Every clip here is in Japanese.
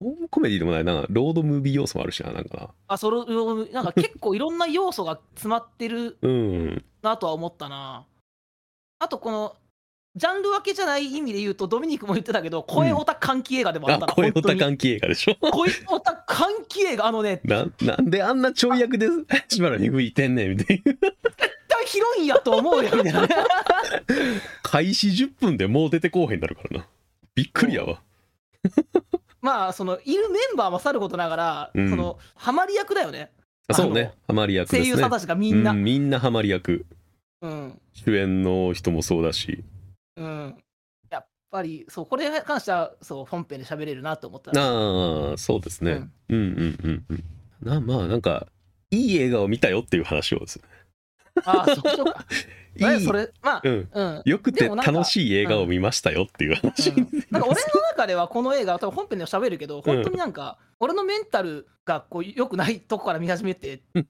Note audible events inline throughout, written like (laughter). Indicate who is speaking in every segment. Speaker 1: ホームコメディでもないな、ロードムービー要素もあるしな、なんかな。
Speaker 2: あ、その、なんか結構いろんな要素が詰まってる
Speaker 1: うん。
Speaker 2: なとは思ったな。あと、この、ジャンル分けじゃない意味で言うと、ドミニクも言ってたけど、声オタ歓喜映画でもあ
Speaker 1: あ
Speaker 2: った、な、
Speaker 1: 声オタ
Speaker 2: 本当に
Speaker 1: 関係映画でしょ。 (laughs)
Speaker 2: 声オタ歓喜映画、あのね、
Speaker 1: な、なんであんなちょい役でしばらく吹いてんねん、みたいな。
Speaker 2: 絶対ヒロインやと思うよ、みた
Speaker 1: (laughs)
Speaker 2: いなね。
Speaker 1: 開始10分でもう出てこうへんなるからな。びっくりやわ。
Speaker 2: まあ、その、いるメンバーもさることながら、
Speaker 1: うん
Speaker 2: その、ハマり役だよね。
Speaker 1: あそうね、ハマり役です
Speaker 2: 声
Speaker 1: ね。
Speaker 2: 優さんたちがみんな。
Speaker 1: うみんなハマり役。
Speaker 2: うん。
Speaker 1: 主演の人もそうだし。
Speaker 2: うん。やっぱり、そう、これに関しては、そう、本編で喋れるなと思った。
Speaker 1: ああ、そうですね。うんうんうんうん。なまあ、なんか、いい映画を見たよっていう話をですね。
Speaker 2: ああ、そうしようか。
Speaker 1: (laughs) いい
Speaker 2: えそれ、まあ
Speaker 1: う、ん。
Speaker 2: うん。
Speaker 1: よくて
Speaker 2: でもなんか
Speaker 1: 楽しい映画を見ましたよっていう話。
Speaker 2: うんなんか俺の中ではこの映画多分本編でも喋るけど本当になんか俺のメンタルがこう良くないとこから見始めてさ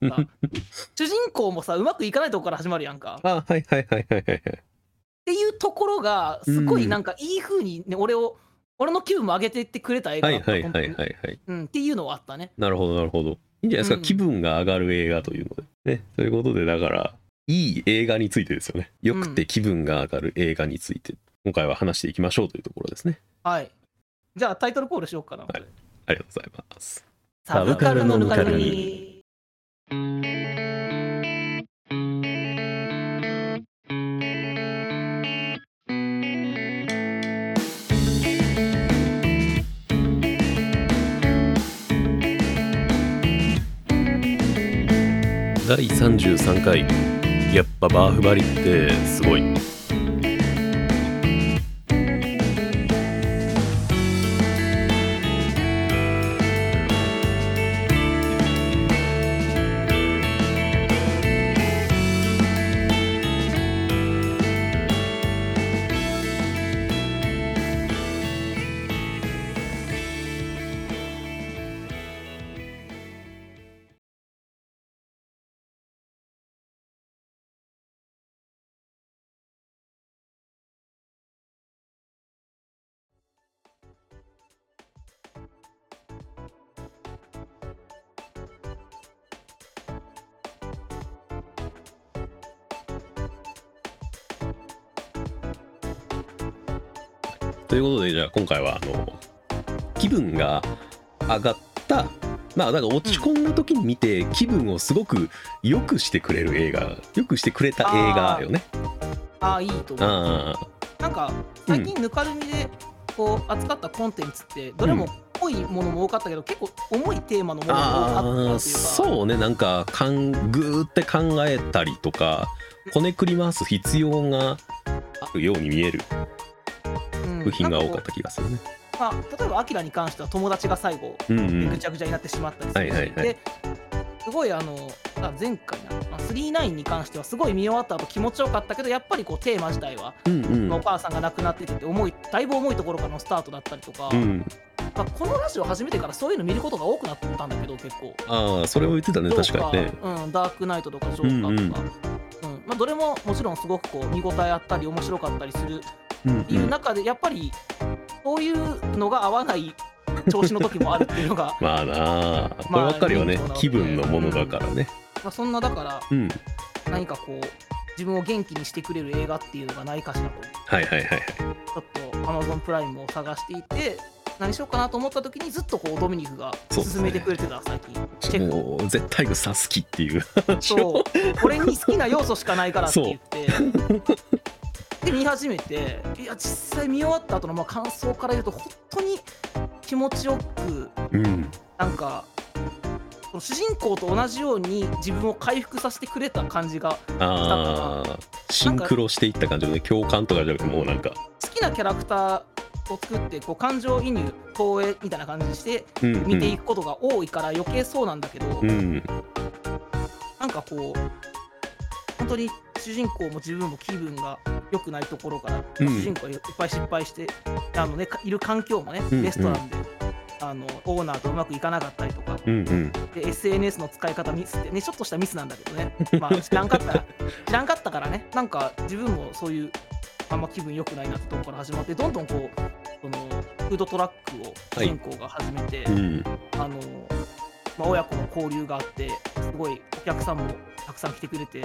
Speaker 2: 主人公もさうまくいかないとこから始まるやんかっ
Speaker 1: あはいはいはいはいはいはい。
Speaker 2: ていうところがすごいなんかいい風にね俺を俺の気分も上げていってくれた映画
Speaker 1: は
Speaker 2: だ
Speaker 1: い
Speaker 2: った
Speaker 1: はいは
Speaker 2: 本当
Speaker 1: い
Speaker 2: に
Speaker 1: はいはい。
Speaker 2: うんっていうのはあったね
Speaker 1: なるほどなるほど。いいんじゃないですか、
Speaker 2: うん
Speaker 1: 気分が上がる映画というので。ね、ということでだからいい映画についてですよね。よくて気分が上がる映画について、今回は話していきましょうというところですね。
Speaker 2: はいじゃあタイトルコールしようかな、
Speaker 1: いありがとうございます。
Speaker 2: サブカルのぬかるみ
Speaker 1: 第33回やっぱバーフバリってすごい。ということでじゃあ今回はあの気分が上がったまあなんか落ち込んだ時に見て気分をすごく良くしてくれる映画良くしてくれた映画よね。
Speaker 2: ああいいと思う
Speaker 1: ああ
Speaker 2: なんか最近ぬかるみでこう扱ったコンテンツってどれも濃いものも多かったけど、結構重いテーマのものが多かったっていう
Speaker 1: あ
Speaker 2: か
Speaker 1: あそうねなんかかんぐーって考えたりとかこねくり回す必要があるように見える
Speaker 2: うん
Speaker 1: 部品が多かっ
Speaker 2: なんこ
Speaker 1: た気がするね。
Speaker 2: うまあ、例えばアキラに関しては友達が最後
Speaker 1: うんう
Speaker 2: ぐ
Speaker 1: ん、
Speaker 2: ちゃぐちゃになってしまったりするし、
Speaker 1: はいはいはい
Speaker 2: ですごいあのあ前回なまあ39に関してはすごい見終わった後気持ちよかったけどやっぱりこうテーマ自体は、
Speaker 1: うんうん
Speaker 2: まあお母さんが亡くなっててって重いだいぶ重いところからのスタートだったりとか、
Speaker 1: うん、
Speaker 2: まあ、このラジオ始めてからそういうの見ることが多くなったんだけど結構。
Speaker 1: ああそれを言ってたね確かにね。
Speaker 2: うん、ダークナイトとかジョーカーとか、うんまあ、どれももちろんすごくこう見応えあったり面白かったりする
Speaker 1: うん
Speaker 2: いううん中でやっぱりそういうのが合わない調子の時もあるっていうのが (laughs)
Speaker 1: まあなあこればっかりはね気分のものだからね。
Speaker 2: まあそんなだから
Speaker 1: うん
Speaker 2: 何かこう自分を元気にしてくれる映画っていうのがないかしらと
Speaker 1: はいはいはいはい。
Speaker 2: ちょっと Amazon プライムを探していて何しようかなと思った時にずっとこうドミニクが
Speaker 1: そうですね
Speaker 2: 勧めてくれてた最近チェック
Speaker 1: もう絶対草好きっていう話を
Speaker 2: そう俺に好きな要素しかないからって言ってで見始めていや実際見終わった後のまあ感想から言うと本当に気持ちよく
Speaker 1: うん
Speaker 2: なんかその主人公と同じように自分を回復させてくれた感じが
Speaker 1: ああシンクロしていった感じのね共感とかじゃなくてもうなんか
Speaker 2: 好きなキャラクターを作ってこう感情移入投影みたいな感じにして
Speaker 1: うんうん
Speaker 2: 見ていくことが多いから余計そうなんだけど、
Speaker 1: うん
Speaker 2: なんかこう本当に主人公も自分も気分が良くないところから、
Speaker 1: うん
Speaker 2: 主人公がいっぱい失敗してあの、ね、かいる環境もね
Speaker 1: うん
Speaker 2: レストランで、あのオーナーとうまくいかなかったりとか
Speaker 1: うんうん
Speaker 2: で SNS の使い方ミスってねちょっとしたミスなんだけ
Speaker 1: (laughs)
Speaker 2: どね、まあ、知らんかったら知らんかったからねなんか自分もそういうあんま気分良くないなってとこから始まってどんどんこうその、フードトラックを主人公が始めて、
Speaker 1: うん
Speaker 2: あのまあ、親子の交流があってすごいお客さんもたくさん来てくれて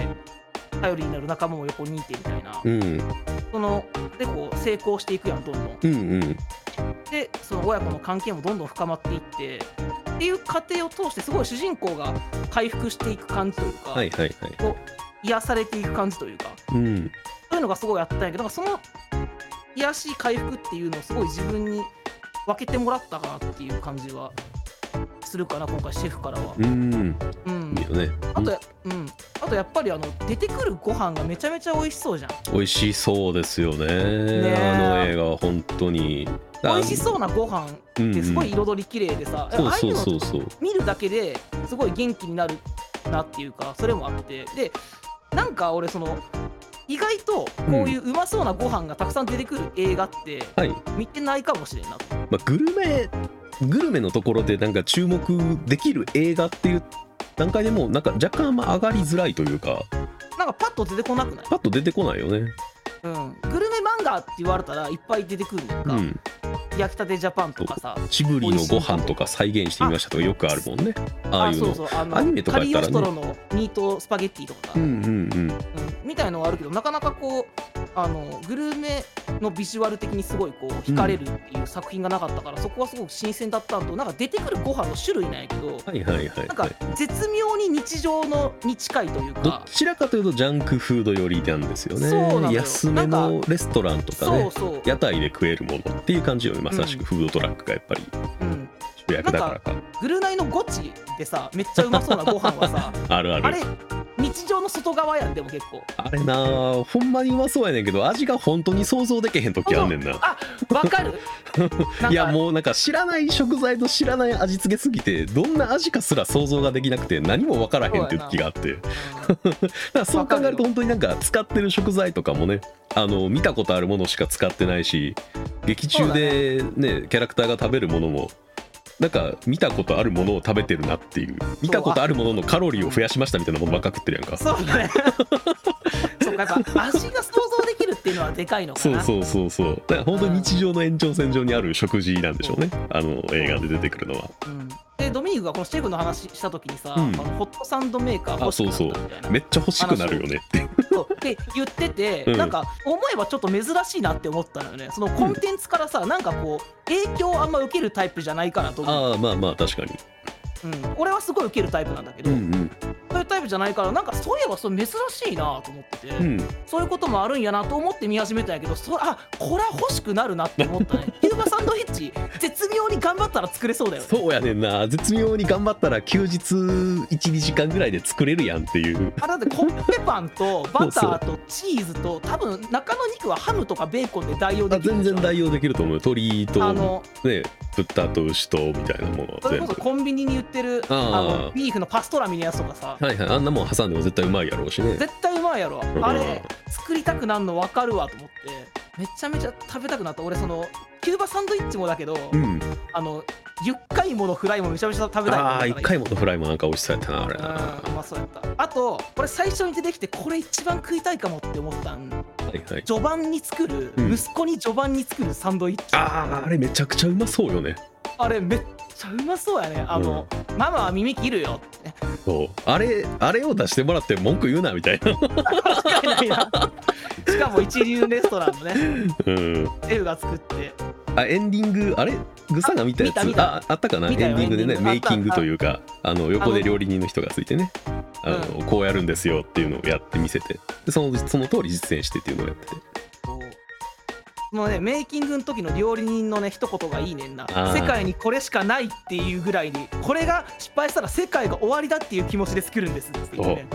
Speaker 2: 頼りになる仲間も横にいてみたいな、
Speaker 1: うん
Speaker 2: そのでこう成功していくやんどんどん
Speaker 1: うんうん
Speaker 2: でその親子の関係もどんどん深まっていってっていう過程を通してすごい主人公が回復していく感じというか、
Speaker 1: はいはいはい
Speaker 2: 癒されていく感じというか
Speaker 1: うん
Speaker 2: そういうのがすごいあったんやけどなんかその癒し回復っていうのをすごい自分に分けてもらったかなっていう感じはするかな今回シェフからは。
Speaker 1: うん
Speaker 2: うん
Speaker 1: いいよね
Speaker 2: あとや、うん、あとやっぱりあの出てくるご飯がめちゃめちゃ美味しそうじゃん。
Speaker 1: 美味しそうですよね
Speaker 2: え
Speaker 1: あの映画は本当に
Speaker 2: 美味しそうなご飯
Speaker 1: う
Speaker 2: ってすごい
Speaker 1: ん
Speaker 2: 彩り綺麗でさ、
Speaker 1: うん
Speaker 2: ああい
Speaker 1: そうう
Speaker 2: の
Speaker 1: そうそうそう
Speaker 2: 見るだけですごい元気になるなっていうかそれもあってでなんか俺その意外とこういううまそうなご飯がたくさん出てくる映画って
Speaker 1: はい、
Speaker 2: 見てないかもしれんなと
Speaker 1: まあ、グルメグルメのところでなんか注目できる映画っていう段階でもうなんか若干あんま上がりづらいというか
Speaker 2: なんかパッと出てこなくない、
Speaker 1: パッと出てこないよね
Speaker 2: うん、グルメ漫画って言われたらいっぱい出てくるんだ
Speaker 1: う
Speaker 2: か、
Speaker 1: ん
Speaker 2: 焼きたてジャパンとかさ
Speaker 1: チブリのご飯とか再現してみましたとかよくあるもんねああいう
Speaker 2: そう
Speaker 1: の
Speaker 2: そうあの
Speaker 1: アニメとか
Speaker 2: カ
Speaker 1: やっ
Speaker 2: リ
Speaker 1: た
Speaker 2: オ
Speaker 1: らね
Speaker 2: ストロのミートスパゲッティとかさ、
Speaker 1: うんうんうん
Speaker 2: うんみたいのはあるけどなかなかこうあのグルメのビジュアル的にすごいこう惹かれるっていう作品がなかったから、そこはすごく新鮮だったのとなんか出てくるご飯の種類なんやけど、
Speaker 1: はいはいはい
Speaker 2: なん
Speaker 1: は
Speaker 2: か
Speaker 1: い
Speaker 2: 絶妙に日常のに近いという
Speaker 1: ど
Speaker 2: か。
Speaker 1: ちらかというとジャンクフード寄りなんですよね
Speaker 2: そうなのよ
Speaker 1: 安めのレストランとか
Speaker 2: そう
Speaker 1: ね
Speaker 2: そう、
Speaker 1: 屋台で食えるものっていう感じよねまさしくフードトラックがやっぱり
Speaker 2: うん、
Speaker 1: 主役だからか
Speaker 2: グルナイのゴチでさめっちゃうまそうなご飯
Speaker 1: (laughs)
Speaker 2: はさ
Speaker 1: あるある
Speaker 2: あれ日常の外側やんでも結構
Speaker 1: あれなあほんまにうまそうやねんけど味が本当に想像できへん時あんねんな
Speaker 2: わ
Speaker 1: (laughs)
Speaker 2: かるなんか
Speaker 1: いやもうなんか知らない食材と知らない味付けすぎてどんな味かすら想像ができなくて何も分からへんっていう時があって
Speaker 2: うん
Speaker 1: だから (laughs) そう考えると本当になんか使ってる食材とかもねあの見たことあるものしか使ってないし劇中でねキャラクターが食べるものもなんか見たことあるものを食べてるなっていう見たことあるもののカロリーを増やしましたみたいなものばっか食ってるやんか
Speaker 2: そうだね (laughs) そうかやっぱ味が想像できるっていうのはでかいのか
Speaker 1: そう
Speaker 2: な
Speaker 1: そうそうそうだから本当に日常の延長線上にある食事なんでしょうねあの映画で出てくるのは
Speaker 2: うんでドミニクがこのシェフの話した時にさ、
Speaker 1: うん
Speaker 2: あのホットサンドメーカー
Speaker 1: あ
Speaker 2: 欲し
Speaker 1: そうそう
Speaker 2: くなったみたいな
Speaker 1: めっちゃ欲しくなるよねって
Speaker 2: そうで言ってて、
Speaker 1: うん
Speaker 2: なんか思えばちょっと珍しいなって思ったのよねそのコンテンツからさ、なんかこう影響あんま受けるタイプじゃないかなと思う、
Speaker 1: ああまあまあ確かに
Speaker 2: うん、俺はすごい受けるタイプなんだけど、
Speaker 1: うん
Speaker 2: そういうタイプじゃないからなんかそういえばそれ珍しいなと思ってて、
Speaker 1: うんうん
Speaker 2: そういうこともあるんやなと思って見始めたんやけどそあこれは欲しくなるなって思ったねキューバサンドイッチ絶妙に頑張ったら作れそうだよね
Speaker 1: そうやねんな絶妙に頑張ったら休日12時間ぐらいで作れるやんっていう
Speaker 2: あだってコッペパンとバターとチーズと多分中の肉はハムとかベーコンで代用で
Speaker 1: あ
Speaker 2: きる
Speaker 1: 全
Speaker 2: でしょ
Speaker 1: 然代用できると思うよ鳥
Speaker 2: あ
Speaker 1: と
Speaker 2: の
Speaker 1: ね豚と牛とみたいなものは
Speaker 2: それ
Speaker 1: 全
Speaker 2: こ
Speaker 1: 部
Speaker 2: そコンビニに売ってる
Speaker 1: あ
Speaker 2: あ
Speaker 1: ー
Speaker 2: のビーフのパストラミのやつとかさ
Speaker 1: はいはいあんなもん挟んでも絶対うまいやろうしね
Speaker 2: 絶対うまいやろ
Speaker 1: ん
Speaker 2: あれ作りたくなんの分かるわと思ってめちゃめちゃ食べたくなった俺そのキューバサンドイッチもだけど、
Speaker 1: うん
Speaker 2: あのゆっかいものフライもめちゃめちゃ食べたい
Speaker 1: ああ
Speaker 2: い
Speaker 1: 一回もとフライもなんか美味しそうやったなあれなは
Speaker 2: うんうまそうやったあとこれ最初に出てきてこれ一番食いたいかもって思ったん
Speaker 1: いはい
Speaker 2: 序盤に作る、
Speaker 1: うん
Speaker 2: 息子に序盤に作るサンドイッチ
Speaker 1: あーあれめちゃくちゃうまそうよね
Speaker 2: あれめっちゃうまそうやねあの、ママは耳切るよって (laughs)
Speaker 1: そうあれあれを出してもらって文句言うなみたいな (laughs)
Speaker 2: 間違いないなしかも一流レストランのね
Speaker 1: うん
Speaker 2: シェフが作って
Speaker 1: あエンディングあれグサが見たやつ
Speaker 2: 見た見た
Speaker 1: ああったかなエン
Speaker 2: 見た
Speaker 1: デ
Speaker 2: よ
Speaker 1: ィングで
Speaker 2: エンデ
Speaker 1: ね
Speaker 2: ィング
Speaker 1: メイキングというかあの横で料理人の人がついてねあ
Speaker 2: あの
Speaker 1: の、こうやるんですよっていうのをやって見せてでそのその通り実践してっていうのをやってて
Speaker 2: こうもうねメイキングの時の料理人のね一言がいいねんな
Speaker 1: あー
Speaker 2: 世界にこれしかないっていうぐらいにこれが失敗したら世界が終わりだっていう気持ちで作るんですっていうね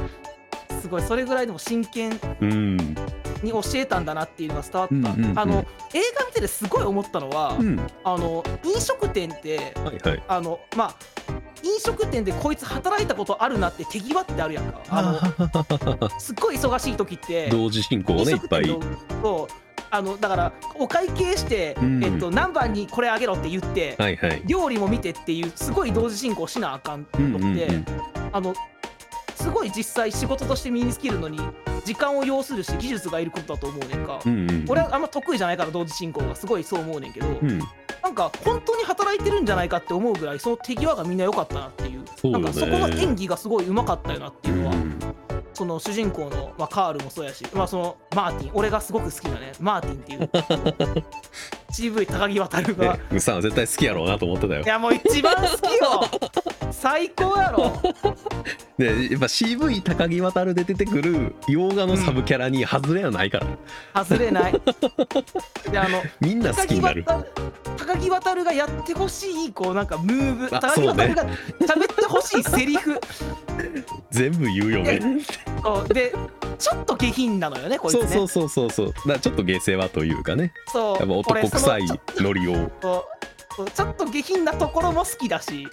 Speaker 2: すごいそれぐらいでも真剣
Speaker 1: うん
Speaker 2: に教えたんだなっていうのが伝わった、
Speaker 1: うんうんうん
Speaker 2: あの映画見ててすごい思ったのは、
Speaker 1: うん
Speaker 2: あの飲食店って
Speaker 1: はいはい
Speaker 2: あのまあ飲食店でこいつ働いたことあるなって手際ってあるやんかあ
Speaker 1: (laughs)
Speaker 2: のすっごい忙しい時って
Speaker 1: 同時進行をねいっぱい
Speaker 2: 飲食店のそうあのだからお会計して、
Speaker 1: うん
Speaker 2: えっと、何番にこれあげろって言って、
Speaker 1: はいはい
Speaker 2: 料理も見てっていうすごい同時進行しなあかん
Speaker 1: うん
Speaker 2: の
Speaker 1: う
Speaker 2: っ
Speaker 1: ん
Speaker 2: て、
Speaker 1: うん
Speaker 2: あのすごい実際仕事として身につけるのに時間を要するし技術がいることだと思うねんか、
Speaker 1: うんうん
Speaker 2: 俺はあんま得意じゃないから同時進行がすごいそう思うねんけど、
Speaker 1: うん
Speaker 2: なんか本当に働いてるんじゃないかって思うぐらいその手際がみんな良かったなっていう
Speaker 1: そうだ
Speaker 2: な
Speaker 1: ね
Speaker 2: んかそこの演技がすごいうまかったよなって
Speaker 1: う
Speaker 2: いうのは、
Speaker 1: ん
Speaker 2: その主人公の、まあ、カールもそうやし、まあ、そのマーティン俺がすごく好きなねマーティンっていう
Speaker 1: (laughs)
Speaker 2: CV 高木渉が
Speaker 1: ねグッさんは絶対好きやろうなと思ってたよ
Speaker 2: いやもう一番好きよ最高やろ
Speaker 1: でやっぱ CV 高木渉で出てくる洋画のサブキャラに外れはないから、
Speaker 2: 外れないであの
Speaker 1: みんな好きになる
Speaker 2: 高木渉高木渉がやってほしいこうなんかムーブ
Speaker 1: あ
Speaker 2: 高木
Speaker 1: そ
Speaker 2: 渉
Speaker 1: うね
Speaker 2: が喋ってほしいセリフ
Speaker 1: 全部言うよね
Speaker 2: そうでちょっと下品なのよねこいつ
Speaker 1: そう
Speaker 2: ね
Speaker 1: そうそうそうそうだからちょっと下世話というかね
Speaker 2: そう
Speaker 1: やっぱ男臭い
Speaker 2: 俺その
Speaker 1: ノリを
Speaker 2: ちょっとちょっと下品なところも好きだし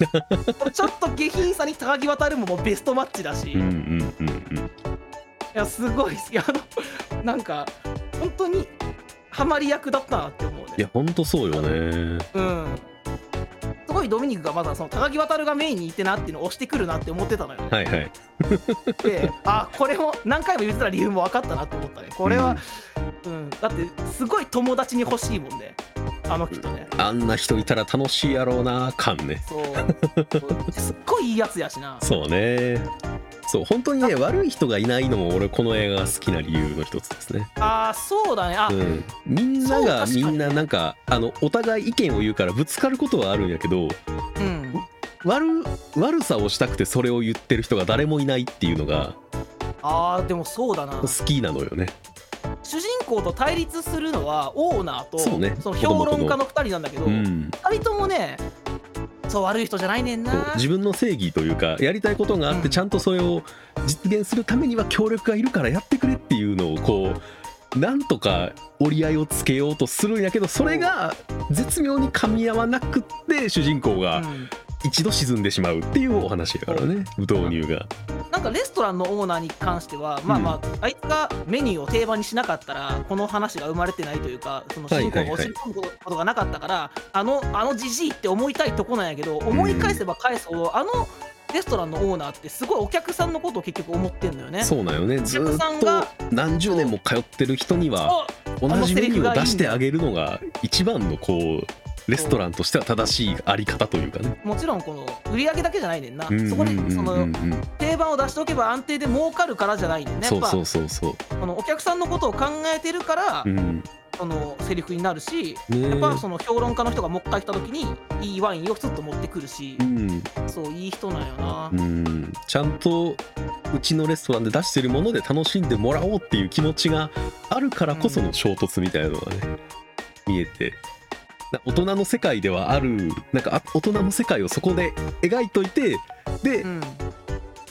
Speaker 2: ちょっと下品さに高木渉ももうベストマッチだし、
Speaker 1: うんう
Speaker 2: い
Speaker 1: んうんうん
Speaker 2: やすごい好きあのなんか本当にハマり役だったなって思うね
Speaker 1: いやほんとそうよね
Speaker 2: うんすごいドミニクがまだその高木渉がメインにいてなっていうのを押してくるなって思ってたのよ、
Speaker 1: はいはい (laughs)
Speaker 2: であこれも何回も言ってた理由も分かったなと思ったねこれは、うんだってすごい友達に欲しいもんねあの人ね、
Speaker 1: あんな人いたら楽しいやろうな感ね
Speaker 2: そうすっごいいいやつやしな
Speaker 1: そうねそう本当にね悪い人がいないのも俺この映画が好きな理由の一つですね、
Speaker 2: あーそうだねあ、
Speaker 1: うん、みんなが
Speaker 2: そう確
Speaker 1: み
Speaker 2: かに
Speaker 1: んななんかあのお互い意見を言うからぶつかることはあるんやけど
Speaker 2: うん
Speaker 1: 悪悪さをしたくてそれを言ってる人が誰もいないっていうのが
Speaker 2: あーでもそうだな
Speaker 1: 好きなのよね
Speaker 2: 主人公と対立するのはオーナーと
Speaker 1: そうね
Speaker 2: の評論家の2人なんだけど、
Speaker 1: うん
Speaker 2: 2人ともねそう悪い人じゃないねんな
Speaker 1: そう自分の正義というかやりたいことがあっ
Speaker 2: う
Speaker 1: て
Speaker 2: ん
Speaker 1: ちゃんとそれを実現するためには協力がいるからやってくれっていうのをこうなんとか折り合いをつけようとするんやけどそれが絶妙に噛み合わなくって主人公
Speaker 2: う
Speaker 1: が
Speaker 2: ん
Speaker 1: 一度沈んでしまうっていうお話やからね導入が
Speaker 2: なんかレストランのオーナーに関しては、まあまあ、あいつがメニューを定番にしなかったら、この話が生まれてないというか、その主人公が教え込むことがなかったから、あの、あのじじいって思いたいとこなんやけど、思い返せば返すほど、あのレストランのオーナーって、すごいお客さんのことを結局思ってんだよね。
Speaker 1: そうなんよねず
Speaker 2: 客
Speaker 1: ー
Speaker 2: さん
Speaker 1: っ
Speaker 2: が
Speaker 1: と何十年も通ってる人には
Speaker 2: あ
Speaker 1: 同じメニューを出して
Speaker 2: あのセリフがいいんだ
Speaker 1: あげるのが一番のこうレストランとしては正しいあり方というかね。
Speaker 2: もちろんこの売り上げだけじゃないねんな、
Speaker 1: うん
Speaker 2: そこで
Speaker 1: うんうん
Speaker 2: そ
Speaker 1: うんう
Speaker 2: の
Speaker 1: ん
Speaker 2: 定番を出しておけば安定で儲かるからじゃないねんねや
Speaker 1: そ
Speaker 2: っ
Speaker 1: う
Speaker 2: ぱ
Speaker 1: そうそうそう。
Speaker 2: このお客さんのことを考えてるから、
Speaker 1: うん
Speaker 2: そのセリフになるし、
Speaker 1: ね
Speaker 2: やっぱその評論家の人がもう一回来た時にいいワインをスッと持ってくるし
Speaker 1: う、ん
Speaker 2: そういい人なんよな、
Speaker 1: うん、ちゃんとうちのレストランで出してるもので楽しんでもらおうっていう気持ちがあるからこその衝突みたいなのがね、見えてな大人の世界ではあるなんかあ大人の世界をそこで描いといてで、
Speaker 2: うん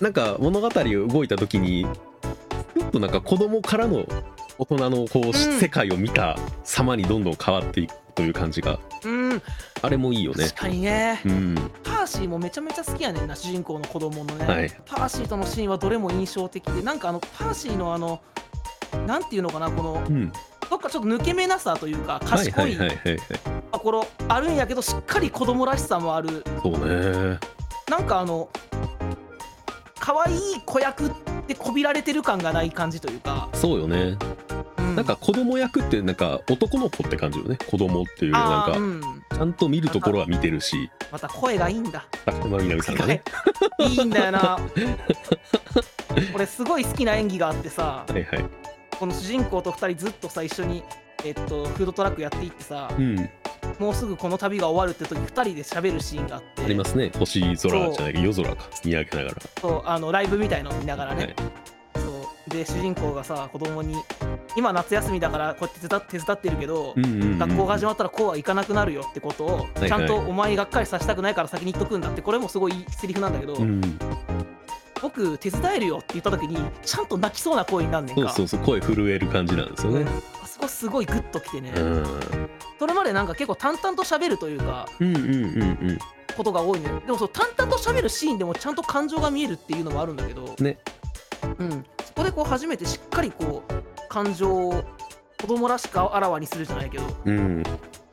Speaker 1: なんか物語を動いた時にちょっとなんか子供からの大人のこう、
Speaker 2: ん
Speaker 1: 世界を見た様にどんどん変わっていくという感じが
Speaker 2: うん
Speaker 1: あれもいいよね
Speaker 2: 確。かにね、
Speaker 1: うん、
Speaker 2: パーシーもめちゃめちゃ好きやねんな主人公の子供のね、
Speaker 1: はい
Speaker 2: パーシーとのシーンはどれも印象的でなんかあのパーシーのあのなんていうのかなこの
Speaker 1: うん、
Speaker 2: どっかちょっと抜け目なさというか
Speaker 1: はい
Speaker 2: 賢
Speaker 1: はい
Speaker 2: い
Speaker 1: はいはいはい
Speaker 2: ところあるんやけどしっかり子供らしさもある
Speaker 1: そうね
Speaker 2: なんかあの可愛い子役ってこびられてる感がない感じというか、
Speaker 1: そうよね、
Speaker 2: う
Speaker 1: なんか子供役ってなんか男の子って感じよね子供っていうな
Speaker 2: あ
Speaker 1: ん
Speaker 2: ー
Speaker 1: か
Speaker 2: うん
Speaker 1: ちゃんと見るところは見てるし
Speaker 2: また声がいいんだ
Speaker 1: 高山みなみさんがね
Speaker 2: いいんだよな俺すごい好きな演技があってさ
Speaker 1: はいはい
Speaker 2: この主人公と2人ずっとさ一緒に、えっと、フードトラックやっていってさ
Speaker 1: うん
Speaker 2: もうすぐこの旅が終わるって時2人で喋るシーンがあって
Speaker 1: ありますね星空じゃない夜空か見上げなが
Speaker 2: そうあのライブみたいの見ながら
Speaker 1: ら、
Speaker 2: ね、
Speaker 1: はい、
Speaker 2: そうで主人公がさ子供に今夏休みだからこうやって手伝って手伝ってるけど、
Speaker 1: うんうんうん
Speaker 2: 学校が始まったらこうはいかなくなるよってことを
Speaker 1: はい
Speaker 2: ちゃんとお前がっかりさせたくないから先に言っとくんだってこれもすごいいいセリフなんだけど、
Speaker 1: うん、
Speaker 2: 僕手伝えるよって言った時にちゃんと泣きそうな声になんねん
Speaker 1: そう
Speaker 2: か
Speaker 1: そうそう声震える感じなんですよね
Speaker 2: あそこすごいグッときてね、
Speaker 1: うん
Speaker 2: それまでなんか結構淡々と喋るというか
Speaker 1: うんうんうん
Speaker 2: ことが多いねでもそう淡々と喋るシーンでもちゃんと感情が見えるっていうのもあるんだけど
Speaker 1: ね
Speaker 2: うんそこでこう初めてしっかりこう感情を子供らしくあらわにするじゃないけど、
Speaker 1: うん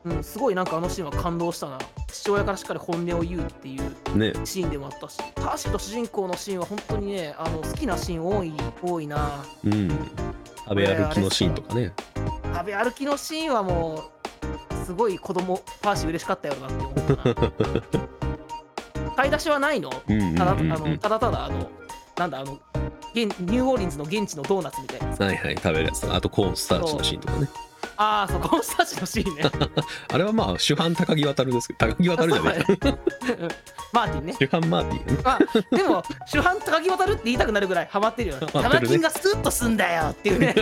Speaker 2: うん、すごいなんかあのシーンは感動したな父親からしっかり本音を言うっていう
Speaker 1: うんね
Speaker 2: シーンでもあったしパーシーと主人公のシーンは本当にねあの好きなシーン多い多いな
Speaker 1: うん食べ歩きのシーンとかね
Speaker 2: 食べ歩きのシーンはもうすごい子供パーシー嬉しかったよなって思ったな買い出しはないの
Speaker 1: うんうん
Speaker 2: ただあ
Speaker 1: うんう
Speaker 2: の
Speaker 1: ん
Speaker 2: ただただあのなんだあの現ニューオーリンズの現地のドーナツみたいな
Speaker 1: はいはい食べるやつあとコーンスターチのシーンとかね
Speaker 2: ああそうコーンスターチのシーンね
Speaker 1: あれはまあ主犯高木渡るですけど高木渡るじゃない
Speaker 2: うんマーティンね
Speaker 1: 主犯マーティーね
Speaker 2: まあ、でも主犯高木渡るって言いたくなるぐらいハマってるよね
Speaker 1: ハマ
Speaker 2: タ
Speaker 1: って
Speaker 2: マ
Speaker 1: るね
Speaker 2: キンがスッとすんだよっていうね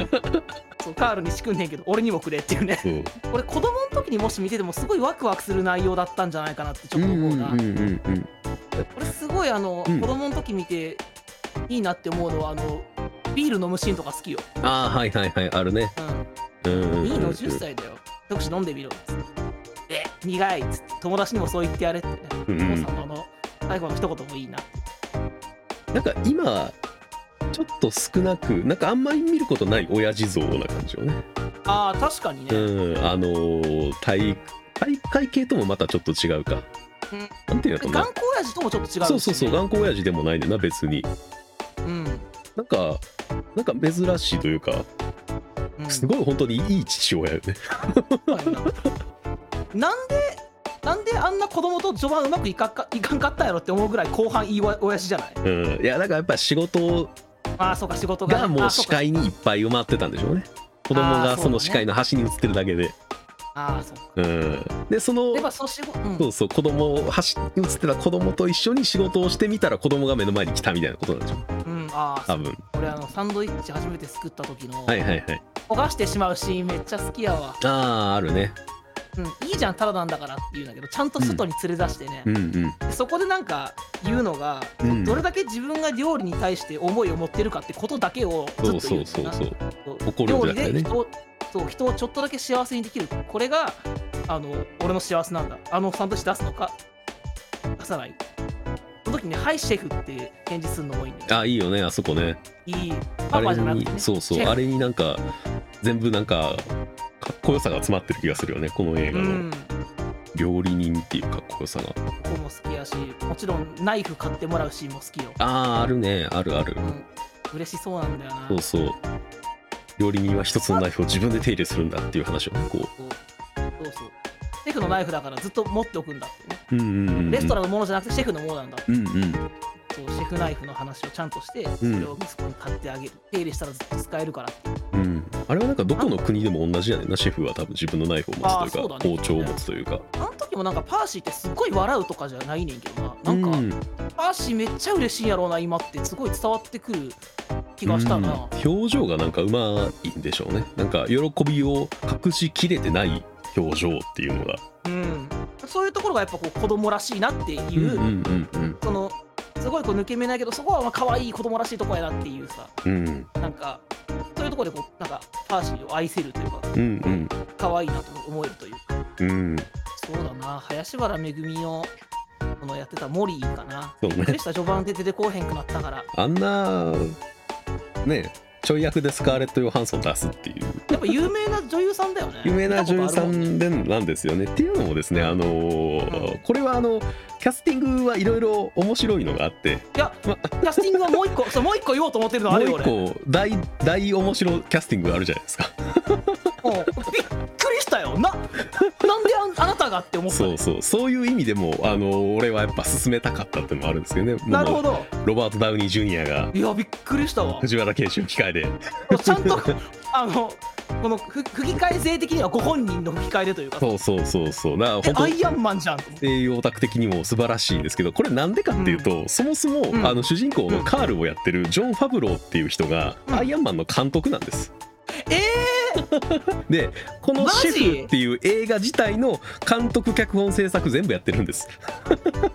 Speaker 2: そうカールに仕組んねんけど俺にもくれっていうね
Speaker 1: うん
Speaker 2: これ子供の時にもし見ててもすごいワクワクする内容だったんじゃないかなってちょっと
Speaker 1: うん
Speaker 2: 思
Speaker 1: う
Speaker 2: うんな、
Speaker 1: うんうんうん
Speaker 2: これすごいあの、
Speaker 1: うん
Speaker 2: 子供の時見ていいなって思うのはあのビール飲むシーンとか好きよ、
Speaker 1: ああはいはいはいあるねうんうんう
Speaker 2: うんん、いいの
Speaker 1: うん
Speaker 2: 10歳だよ特使飲んでみろっつってえ苦いっつって友達にもそう言ってやれってね、
Speaker 1: うん
Speaker 2: お父さんのあの最後の一言もいいな
Speaker 1: なんか今ちょっと少なくなんかあんまり見ることない親父像な感じよね
Speaker 2: あー確かにね、
Speaker 1: うんあのー体体会系ともまたちょっと違うか、
Speaker 2: うん
Speaker 1: なんていうのか
Speaker 2: 頑
Speaker 1: な
Speaker 2: 固親父ともちょっと違う、
Speaker 1: そうそうそう、頑固親父でもないねんな別に
Speaker 2: うん、
Speaker 1: なんかなんか珍しいというか
Speaker 2: うん、
Speaker 1: すごい本当にいい父親よね
Speaker 2: そうやななんでなんであんな子供と序盤うまくいかっかいかんかったんやろって思うぐらい後半いいわ親父じゃない
Speaker 1: うんいやだからやっぱ仕事
Speaker 2: ああそうか仕事が
Speaker 1: がもう
Speaker 2: あーそう
Speaker 1: 視
Speaker 2: か
Speaker 1: 界にいっぱい埋まってたんでしょうね子供がその視界の端に映ってるだけで
Speaker 2: ああそうか
Speaker 1: うんでその
Speaker 2: やっぱその仕事、うん、
Speaker 1: そうそう子供を端に映ってた子供と一緒に仕事をしてみたら子供が目の前に来たみたいなことなんでしょう
Speaker 2: うん、ああ
Speaker 1: 多分
Speaker 2: 俺あのサンドイッチ初めて作った時の、
Speaker 1: はいはいはい
Speaker 2: 焦がしてしまうシーンめっちゃ好きやわ、
Speaker 1: あああるね
Speaker 2: うん、いいじゃんただなんだからって言うんだけどちゃんと外に連れ出してね、
Speaker 1: うんうん
Speaker 2: そこでなんか言うのが、
Speaker 1: うん
Speaker 2: どれだけ自分が料理に対して思いを持ってるかってことだけをず
Speaker 1: そう
Speaker 2: っと
Speaker 1: そ
Speaker 2: 言う
Speaker 1: うそ
Speaker 2: んだ
Speaker 1: う
Speaker 2: な
Speaker 1: そう
Speaker 2: そう
Speaker 1: 怒るん
Speaker 2: 料
Speaker 1: じゃなく
Speaker 2: 理
Speaker 1: て
Speaker 2: で
Speaker 1: ね
Speaker 2: 人をそう人をちょっとだけ幸せにできるこれがあの俺の幸せなんだあのサンドイッチ出すのか出さないその時に「はいシェフ」って返事するのもいいんだよ
Speaker 1: あいいよねあそこね
Speaker 2: いい
Speaker 1: あ
Speaker 2: パパ
Speaker 1: れ
Speaker 2: じゃなくて、ね、
Speaker 1: にそうそう
Speaker 2: シェフ
Speaker 1: あれになんか全部なんかかっこよさが詰まってる気がするよねこの映
Speaker 2: う
Speaker 1: 画の
Speaker 2: ん
Speaker 1: 料理人っていうかっこよさが
Speaker 2: ここも好きやしもちろんナイフ買ってもらうシーンも好きよ、
Speaker 1: あああるねあるある
Speaker 2: うん、嬉しそうなんだよな
Speaker 1: そうそう料理人は一つのナイフを自分で手入れするんだっていう話をねこ
Speaker 2: そうそうそうシェフのナイフだからずっと持っておくんだってね
Speaker 1: ううんうんうんうん
Speaker 2: レストランのものじゃなくてシェフのものなんだ
Speaker 1: うんうん
Speaker 2: そうシェフナイフの話をちゃんとしてそれを息子に買ってあげる、手入れしたらずっと使えるからって
Speaker 1: うん、あれはなんかどこの国でも同じやねんなシェフは多分自分のナイフを持つというか
Speaker 2: あーそうだね
Speaker 1: 包丁を持つというか
Speaker 2: あの時もなんかパーシーってすっごい笑うとかじゃないねんけどななんか、
Speaker 1: うん
Speaker 2: パーシーめっちゃ嬉しいんやろうな今ってすごい伝わってくる気がした
Speaker 1: うん
Speaker 2: な、
Speaker 1: 表情がなんかうまいんでしょうねなんか喜びを隠しきれてない表情っていうのが
Speaker 2: うんそういうところがやっぱこう子供らしいなっていう、
Speaker 1: うんうんうん
Speaker 2: そのすごいこう抜け目ないけどそこはまあ可愛い子供らしいとこやなっていうさ
Speaker 1: うんうん
Speaker 2: なんかそういうところでこうなんかパーシーを愛せるというか
Speaker 1: うん
Speaker 2: 可愛いなと思えるというか
Speaker 1: うんうん
Speaker 2: そうだな林原めぐみのこのやってたモリーかな
Speaker 1: そうね
Speaker 2: でした序盤で出てこうへんくなったから
Speaker 1: あんなねちょい役でスカーレット・ヨハンソン出すっていう
Speaker 2: やっぱ有名な女優さんだよね
Speaker 1: 有名な女優さ
Speaker 2: 見
Speaker 1: んでなんですよね。っていうのもですね、あのーこれはあのキャスティングはいろいろ面白いのがあって、
Speaker 2: たことあるもんいやキャスティングはもう一個そうもう一個言おうと思ってるの
Speaker 1: も
Speaker 2: あ
Speaker 1: う
Speaker 2: れ
Speaker 1: 一
Speaker 2: よ俺も
Speaker 1: 個大大面白キャスティングがあるじゃないですか。
Speaker 2: うびっくりしたよななんであんあなたがって思った
Speaker 1: そうそうそういう意味でもあの俺はやっぱ進めたかったっていうのもあるんですけどね。
Speaker 2: なるほ
Speaker 1: も
Speaker 2: ど
Speaker 1: うロバートダウニージュニアが
Speaker 2: いやびっくりしたわ
Speaker 1: 藤原啓治を機械で、
Speaker 2: ちゃんとあのこのふ (laughs) 吹き替え性的にはご本人の吹き替えでというか
Speaker 1: そうそうそうそう、な
Speaker 2: え
Speaker 1: 本
Speaker 2: ア
Speaker 1: 当に。
Speaker 2: イアンマンじゃんと思って
Speaker 1: 栄養オタク的にも素晴らしいんですけどこれなんでかっていうと、そもそも、
Speaker 2: ん
Speaker 1: あの主人公
Speaker 2: う
Speaker 1: の
Speaker 2: ん
Speaker 1: カールをやってるジョン・ファブローっていう人が、
Speaker 2: うん
Speaker 1: アイアンマンの監督なんです。
Speaker 2: え
Speaker 1: (laughs) でこの
Speaker 2: マ
Speaker 1: 「シ
Speaker 2: ジ
Speaker 1: ェフ」っていう映画自体の監督脚本制作全部やってるんです
Speaker 2: ー、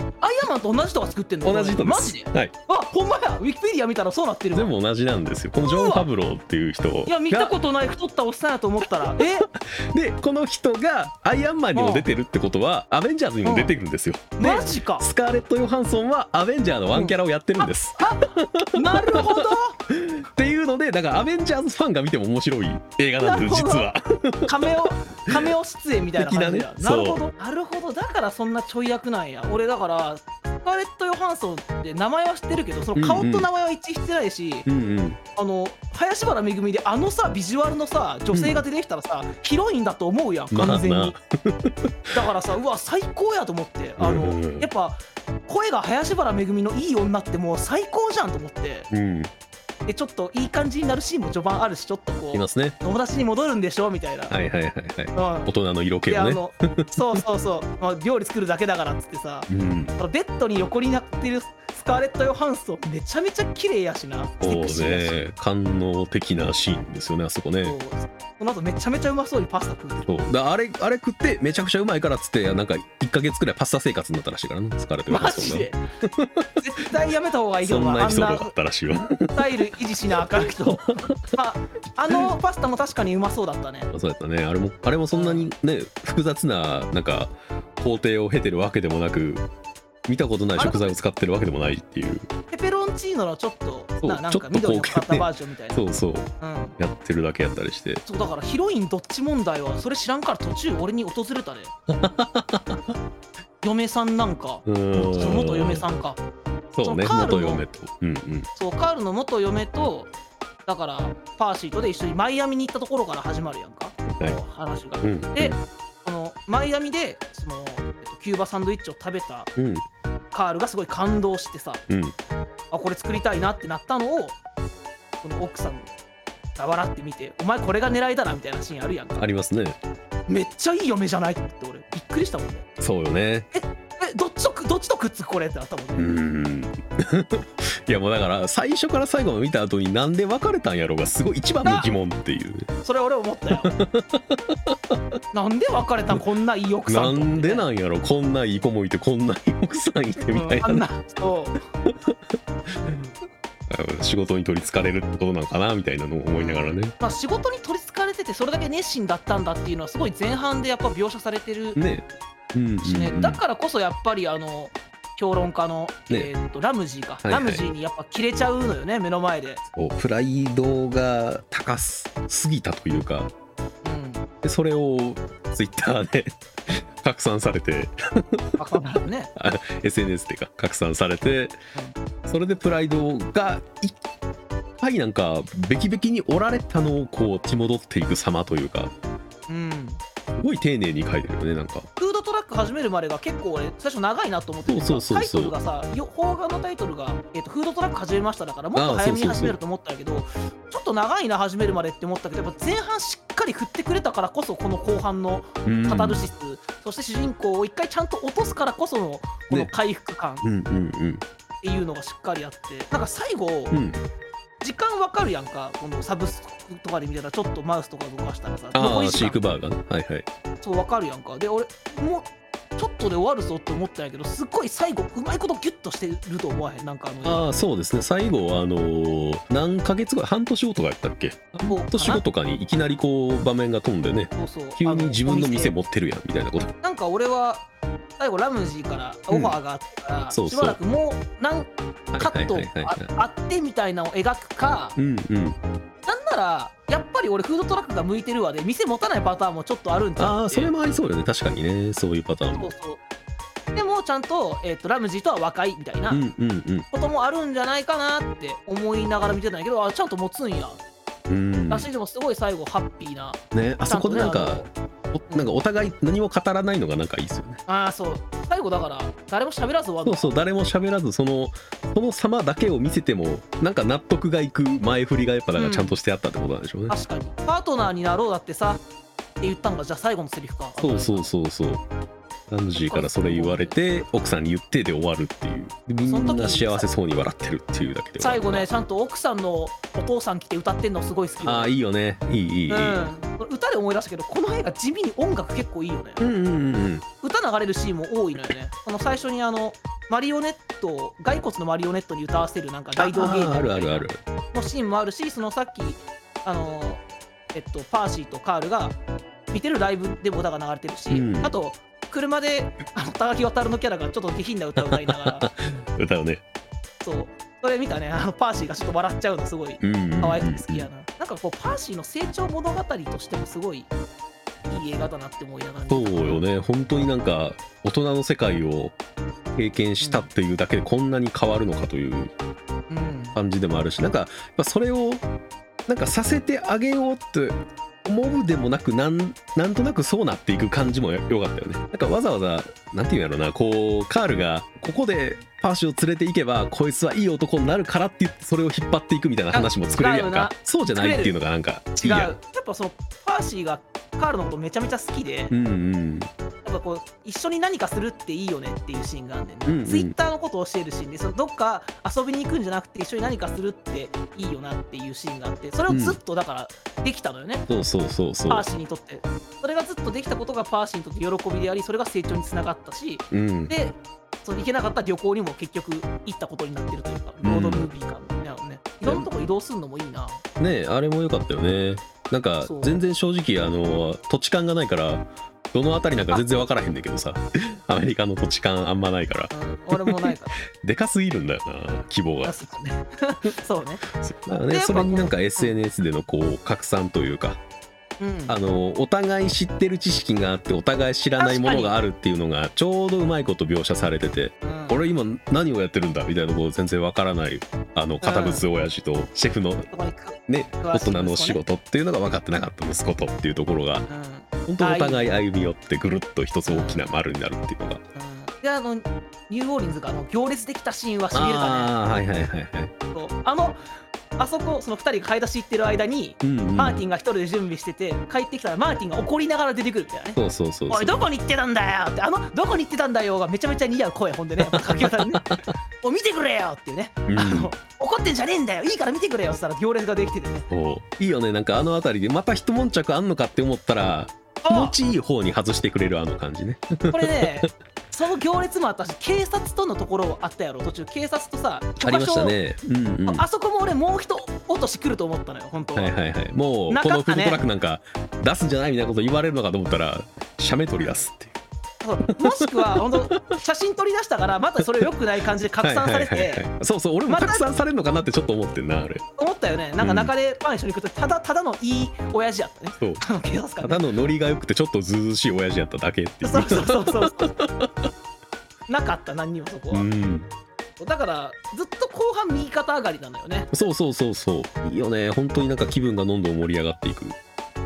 Speaker 2: えアイアンマンと同じ人が作ってんの
Speaker 1: 同じ人です
Speaker 2: マジで
Speaker 1: はい、
Speaker 2: あほんまやウィキペディア見たらそうなってるわ
Speaker 1: 全部同じなんですよこのジョン・ファブローっていう人
Speaker 2: いや見た
Speaker 1: が
Speaker 2: ことない太ったおっさんやと思ったらえ
Speaker 1: でこの人がアイアンマンにも出てるってことはアベンジャーズにも出てるんですよで
Speaker 2: マジか
Speaker 1: スカーレット・ヨハンソンはアベンジャーのワンキャラをやってるんです、
Speaker 2: なるほど
Speaker 1: っていうのでだからアベンジャーズファンが見ても面白い映画なんです
Speaker 2: なるほど
Speaker 1: 実は
Speaker 2: カメオカメオ出演みたいな感じだ、
Speaker 1: 的なね
Speaker 2: なるほどなるほどだからそんなちょい役なんや俺だからカーレット・ヨハンソンって名前は知ってるけどその顔と名前は一致してないし、
Speaker 1: うんうん
Speaker 2: あの林原めぐみであのさビジュアルのさ女性が出てきたらさ、ヒロインだと思うやん
Speaker 1: まあ
Speaker 2: 完全に、
Speaker 1: ま
Speaker 2: だからさうわ最高やと思ってあの、
Speaker 1: うんうんうん
Speaker 2: やっぱ声が林原めぐみのいい女ってもう最高じゃんと思って
Speaker 1: うん
Speaker 2: でちょっといい感じになるシーンも序盤あるしちょっとこ
Speaker 1: いうますね
Speaker 2: 友達に戻るんでしょみたいな、
Speaker 1: はいはいはいはい
Speaker 2: うん
Speaker 1: 大人の色気
Speaker 2: であ
Speaker 1: をね
Speaker 2: のそうそうそう、まあ、料理作るだけだからっつってさ
Speaker 1: うん
Speaker 2: あのベッドに横になってるスカーレット・ヨハンソンめちゃめちゃ綺麗やしな
Speaker 1: そう
Speaker 2: セクシーやし
Speaker 1: ね官能的なシーンですよねあそこね
Speaker 2: そうその後めちゃめちゃうまそうにパスタ食うてる
Speaker 1: そうだあれあれ食ってめちゃくちゃうまいからっつってなんか1か月くらいパスタ生活になったらしいからね疲れてる
Speaker 2: マジで絶対やめた方がいい
Speaker 1: そ
Speaker 2: よ
Speaker 1: んなエ
Speaker 2: あ
Speaker 1: ピ
Speaker 2: ん
Speaker 1: ソー
Speaker 2: な
Speaker 1: ドがあったらしいわ
Speaker 2: スタイル維持しなあかん人まああのパスタも確かにうまそうだったね
Speaker 1: (laughs) そうやったねあれもあれもそんなにね複雑ななんか工程を経てるわけでもなく見たことない食材を使ってるわけでもないっていう
Speaker 2: ペペロンチーノのちょっと
Speaker 1: そう
Speaker 2: ななん
Speaker 1: ちょっ
Speaker 2: か
Speaker 1: と高級
Speaker 2: 緑を使ったバージョンみたいな
Speaker 1: そうそう
Speaker 2: うん
Speaker 1: やってるだけやったりして
Speaker 2: そうだからヒロインどっち問題はそれ知らんから途中俺に訪
Speaker 1: (laughs)
Speaker 2: れたね嫁さんなんか
Speaker 1: うーん
Speaker 2: 元嫁さんか
Speaker 1: そうね
Speaker 2: そのカー
Speaker 1: 元
Speaker 2: ルの
Speaker 1: 嫁とうんうん
Speaker 2: そうカールの元嫁とだからパーシーとで一緒にマイアミに行ったところから始まるやんか、
Speaker 1: はい
Speaker 2: この話が
Speaker 1: うん
Speaker 2: でそのマイアミでその、えっと、キューバサンドイッチを食べた
Speaker 1: うん
Speaker 2: カールがすごい感動してさ
Speaker 1: うん
Speaker 2: あこれ作りたいなってなったのをその奥さんが笑ってみて「お前これが狙いだな」みたいなシーンあるやんか
Speaker 1: ありますね
Speaker 2: めっちゃいい嫁じゃないって思って俺びっくりしたもんね
Speaker 1: そうよね
Speaker 2: えどっちとくどっちとくっつくこれってなったもんね、
Speaker 1: うーん (laughs) いやもうだから最初から最後まで見た後になんで別れたんやろうがすごい一番の疑問っていうね
Speaker 2: それ俺思っ
Speaker 1: (laughs)
Speaker 2: たよなんで別れたんこんないい奥さ
Speaker 1: なん
Speaker 2: と
Speaker 1: んでなんやろこんないい子もいてこんないい奥さんいてみたい
Speaker 2: うんあん
Speaker 1: な
Speaker 2: なそう
Speaker 1: 仕事に取りつかれるってことなのかなみたいなのを (laughs) 思いながらね
Speaker 2: まあ、仕事に取りつかれててそれだけ熱心だったんだっていうのはすごい前半でやっぱ描写されてる
Speaker 1: ねうんうん
Speaker 2: しね、
Speaker 1: うん
Speaker 2: だからこそやっぱりあの評論家の、
Speaker 1: ね
Speaker 2: えーっとラムジーか、
Speaker 1: いはい
Speaker 2: ラムジーにやっぱ切れちゃうのよね目の前で、
Speaker 1: こうプライドが高すぎたというか
Speaker 2: うん、
Speaker 1: でそれをツイッターで拡散されて
Speaker 2: バカになるね
Speaker 1: SNS でか拡散されてそれでプライドがいっぱいなんかべきべきに折られたのをこう血戻っていく様というか
Speaker 2: うん
Speaker 1: すごい丁寧に書いてるよねなんか
Speaker 2: フードトラック始めるまでが結構俺最初長いなと思ってて
Speaker 1: そうそうそうそう
Speaker 2: タイトルがさよ邦画のタイトルが、えーっと「フードトラック始めました」だからもっ
Speaker 1: あ
Speaker 2: と
Speaker 1: あ
Speaker 2: 早めに
Speaker 1: そうそうそう
Speaker 2: 始めると思ったけどちょっと長いな始めるまでって思ったけどやっぱ前半しっかり振ってくれたからこそこの後半の
Speaker 1: うん
Speaker 2: カタルシス、そして主人公を一回ちゃんと落とすからこそのこの
Speaker 1: ね
Speaker 2: 回復感っ
Speaker 1: うんうん
Speaker 2: ていうのがしっかりあって、なんか最後、
Speaker 1: うんうん
Speaker 2: 時間わかるやんかこのサブスクとかで見たらちょっとマウスとか動かしたらさ
Speaker 1: あ
Speaker 2: 残り
Speaker 1: あ
Speaker 2: 時
Speaker 1: 飼育
Speaker 2: 間
Speaker 1: バーがねはいはい
Speaker 2: そうわかるやんかで俺もうちょっとで終わるぞって思ったんやけどすっごい最後うまいことギュッとしてると思わへんなんかあの
Speaker 1: ああそうですね最後はあのー何ヶ月後半年後とかやったっけ
Speaker 2: もう
Speaker 1: 半年後とかにいきなりこう場面が飛んでね
Speaker 2: そうそう
Speaker 1: 急に自分の店
Speaker 2: あ
Speaker 1: 持ってるやんみたいなこと
Speaker 2: おなんか俺は最後ラムジーからオファーがあってから、
Speaker 1: そう
Speaker 2: し
Speaker 1: そう
Speaker 2: ばらくもうなんカット
Speaker 1: はいはいはいは
Speaker 2: ああってみたいなのを描くか、
Speaker 1: いうんうん
Speaker 2: なんならやっぱり俺フードトラックが向いてるわで店持たないパターンもちょっとあるんじゃ
Speaker 1: ああそれもありそうよね確かにねそういうパターン
Speaker 2: そ
Speaker 1: も
Speaker 2: うそうでもちゃんと,、えー、とラムジーとは和解みたいな
Speaker 1: うんうんうん
Speaker 2: こともあるんじゃないかなって思いながら見てたんやけどあちゃんと持つんや
Speaker 1: うん
Speaker 2: らしいでもすごい最後ハッピーな
Speaker 1: ねあそこでなん
Speaker 2: ち
Speaker 1: か
Speaker 2: ゃとね
Speaker 1: おなんかお互い何も語らないのがなんかいいですよね
Speaker 2: あのあーそう最後だから誰も喋らず終わる
Speaker 1: そうそう誰も喋らずそのその様だけを見せてもなんか納得がいく前振りがやっぱなんかちゃんとしてあったってことなんでしょうね、
Speaker 2: 確かにパートナーになろうだってさって言ったんがじゃあ最後のセリフか
Speaker 1: そうそうそうそうラムジーからそれ言われて奥さんに言ってで終わるっていうでみ
Speaker 2: その
Speaker 1: ん
Speaker 2: 時
Speaker 1: な
Speaker 2: に
Speaker 1: 幸せそうに笑ってるっていうだけで
Speaker 2: 最後ねちゃんと奥さんのお父さん来て歌ってんのすごい好きで
Speaker 1: ああいいよねいいいいいい、
Speaker 2: うん、歌で思い出したけどこの映画地味に音楽結構いいよね
Speaker 1: うん、うんうんうん
Speaker 2: 歌流れるシーンも多いのよねこの最初にあのマリオネットを骸骨のマリオネットに歌わせるなんか大道芸人
Speaker 1: あーあるあるある
Speaker 2: のシーンもあるしそのさっきあのえっとパーシーとカールが見てるライブでも歌が流れてるし、
Speaker 1: うん
Speaker 2: あと車であの高木渉のキャラがちょっと下品な歌を歌いな
Speaker 1: (laughs)
Speaker 2: がら
Speaker 1: 歌うね
Speaker 2: そうそれ見たねあのパーシーがちょっと笑っちゃうのすごい
Speaker 1: うんうんうんうん
Speaker 2: 可愛くて好きやな、なんかこうパーシーの成長物語としてもすごいいい映画だなって思いながら見て
Speaker 1: そうよね本当になんか大人の世界を経験したというだけでこんなに変わるのかという
Speaker 2: うん
Speaker 1: 感じでもあるしなんかやっぱそれをなんかさせてあげようって思うでもなくなんなんとなくそうなっていく感じもよよかったよねなんかわざわざなんていうんやろなこうカールがここでパーシーを連れていけばこいつはいい男になるからって言ってそれを引っ張っていくみたいな話も作れるやん
Speaker 2: あ違う
Speaker 1: か
Speaker 2: な
Speaker 1: そうじゃないっていうのがなんかい
Speaker 2: 違
Speaker 1: いうや
Speaker 2: や
Speaker 1: ん
Speaker 2: っぱそのパーシーがカールのことめちゃめちゃ好きで、
Speaker 1: うんうん
Speaker 2: なんかこう一緒に何かするっていいよねっていうシーンがあるんだよね、
Speaker 1: うんうん
Speaker 2: ツイッターのことを教えるシーンでそのどっか遊びに行くんじゃなくて一緒に何かするっていいよなっていうシーンがあってそれをずっとだからできたのよね、
Speaker 1: そうそうそうそ
Speaker 2: パー
Speaker 1: う
Speaker 2: シーにとってそれがずっとできたことがパーシーにとって喜びでありそれが成長につながったし
Speaker 1: うん
Speaker 2: でその行けなかった旅行にも結局行ったことになってるというか
Speaker 1: う
Speaker 2: ロ
Speaker 1: ん
Speaker 2: ードムービー感なのね、いろんなとこ移動するのもいいな
Speaker 1: ねえあれも良かったよねなんか
Speaker 2: そう
Speaker 1: 全然正直あの土地勘がないからどの辺りなんか全然分からへんだけど
Speaker 2: (laughs)
Speaker 1: さアメリカの土地勘あんまないから
Speaker 2: うん俺もない
Speaker 1: (laughs)
Speaker 2: から
Speaker 1: でかすぎるんだよな希望
Speaker 2: 出
Speaker 1: が、
Speaker 2: すからねそうね
Speaker 1: まあね、
Speaker 2: で
Speaker 1: それになん
Speaker 2: やっ
Speaker 1: か
Speaker 2: ぱこう
Speaker 1: SNS でのこう拡散というか
Speaker 2: うん
Speaker 1: あのお互い知ってる知識があってお互い知らないものがあるっていうのがちょうどうまいこと描写されてて
Speaker 2: うん
Speaker 1: 俺今何をやってるんだみたいなこと全然わからないあの堅物親父とシェフの
Speaker 2: そこにか
Speaker 1: ね大
Speaker 2: 詳しい
Speaker 1: 人の仕事っていうのが分かってなかった息子とっていうところが
Speaker 2: うんうん
Speaker 1: 本当お互い歩み寄ってぐるっと一つ大きな丸になるっていうのが
Speaker 2: であのニューオーリンズがあの行列できたシーンはしびれたね
Speaker 1: ああーはいはいはいはい
Speaker 2: そうあのあそこその2人が買い出し行ってる間に
Speaker 1: うんうん
Speaker 2: マーティンが1人で準備してて帰ってきたらマーティンが怒りながら出てくるみたいなね
Speaker 1: そうそうそう
Speaker 2: お
Speaker 1: そ
Speaker 2: いうどこに行ってたんだよってあのどこに行ってたんだよがめちゃめちゃ似合う声ほんでねやっぱ掛川さ
Speaker 1: (laughs)
Speaker 2: んねおい見てくれよっていうね、
Speaker 1: うん
Speaker 2: あの怒ってんじゃねえんだよいいから見てくれよっつったら行列ができててね
Speaker 1: そういいよねなんかあの辺りでまた一悶着あんのかって思ったら気持
Speaker 2: あ
Speaker 1: ちいい方に外してくれるあの感じね
Speaker 2: これねその行列もあったし警察とのところあったやろ途中警察と
Speaker 1: あ
Speaker 2: さ許
Speaker 1: り
Speaker 2: 可
Speaker 1: ま
Speaker 2: 証
Speaker 1: したねうんうんは
Speaker 2: あそこも俺もう一落とし来ると思ったのよ本当は、
Speaker 1: いはいはいもう
Speaker 2: な
Speaker 1: こ
Speaker 2: か
Speaker 1: の
Speaker 2: っ
Speaker 1: フ
Speaker 2: たね
Speaker 1: ードトラックなんか出すんじゃないみたいなこと言われるのかと思ったら写メ取り出すっていう
Speaker 2: そうもし
Speaker 1: (laughs)
Speaker 2: くは本当写真撮り出したからまたそれを良くない感じで拡散さ
Speaker 1: はいは
Speaker 2: れ
Speaker 1: い
Speaker 2: て
Speaker 1: はいはいそうそう俺も
Speaker 2: また
Speaker 1: 拡散されるのかなってちょっと思ってんなあれ
Speaker 2: 思ったよねなんか中でパン一緒に食ってただただのいい親父やったね
Speaker 1: そう
Speaker 2: あの警察官
Speaker 1: た
Speaker 2: ね
Speaker 1: だのノリが良くてちょっとずうずうしい親父やっただけっていう
Speaker 2: そうそうそうそう (laughs) そうなかった何にもそこは、
Speaker 1: うん
Speaker 2: だからずっと後半右肩上がりなのよね
Speaker 1: そうそうそうそういいよね本当になんか気分がどんどん盛り上がっていく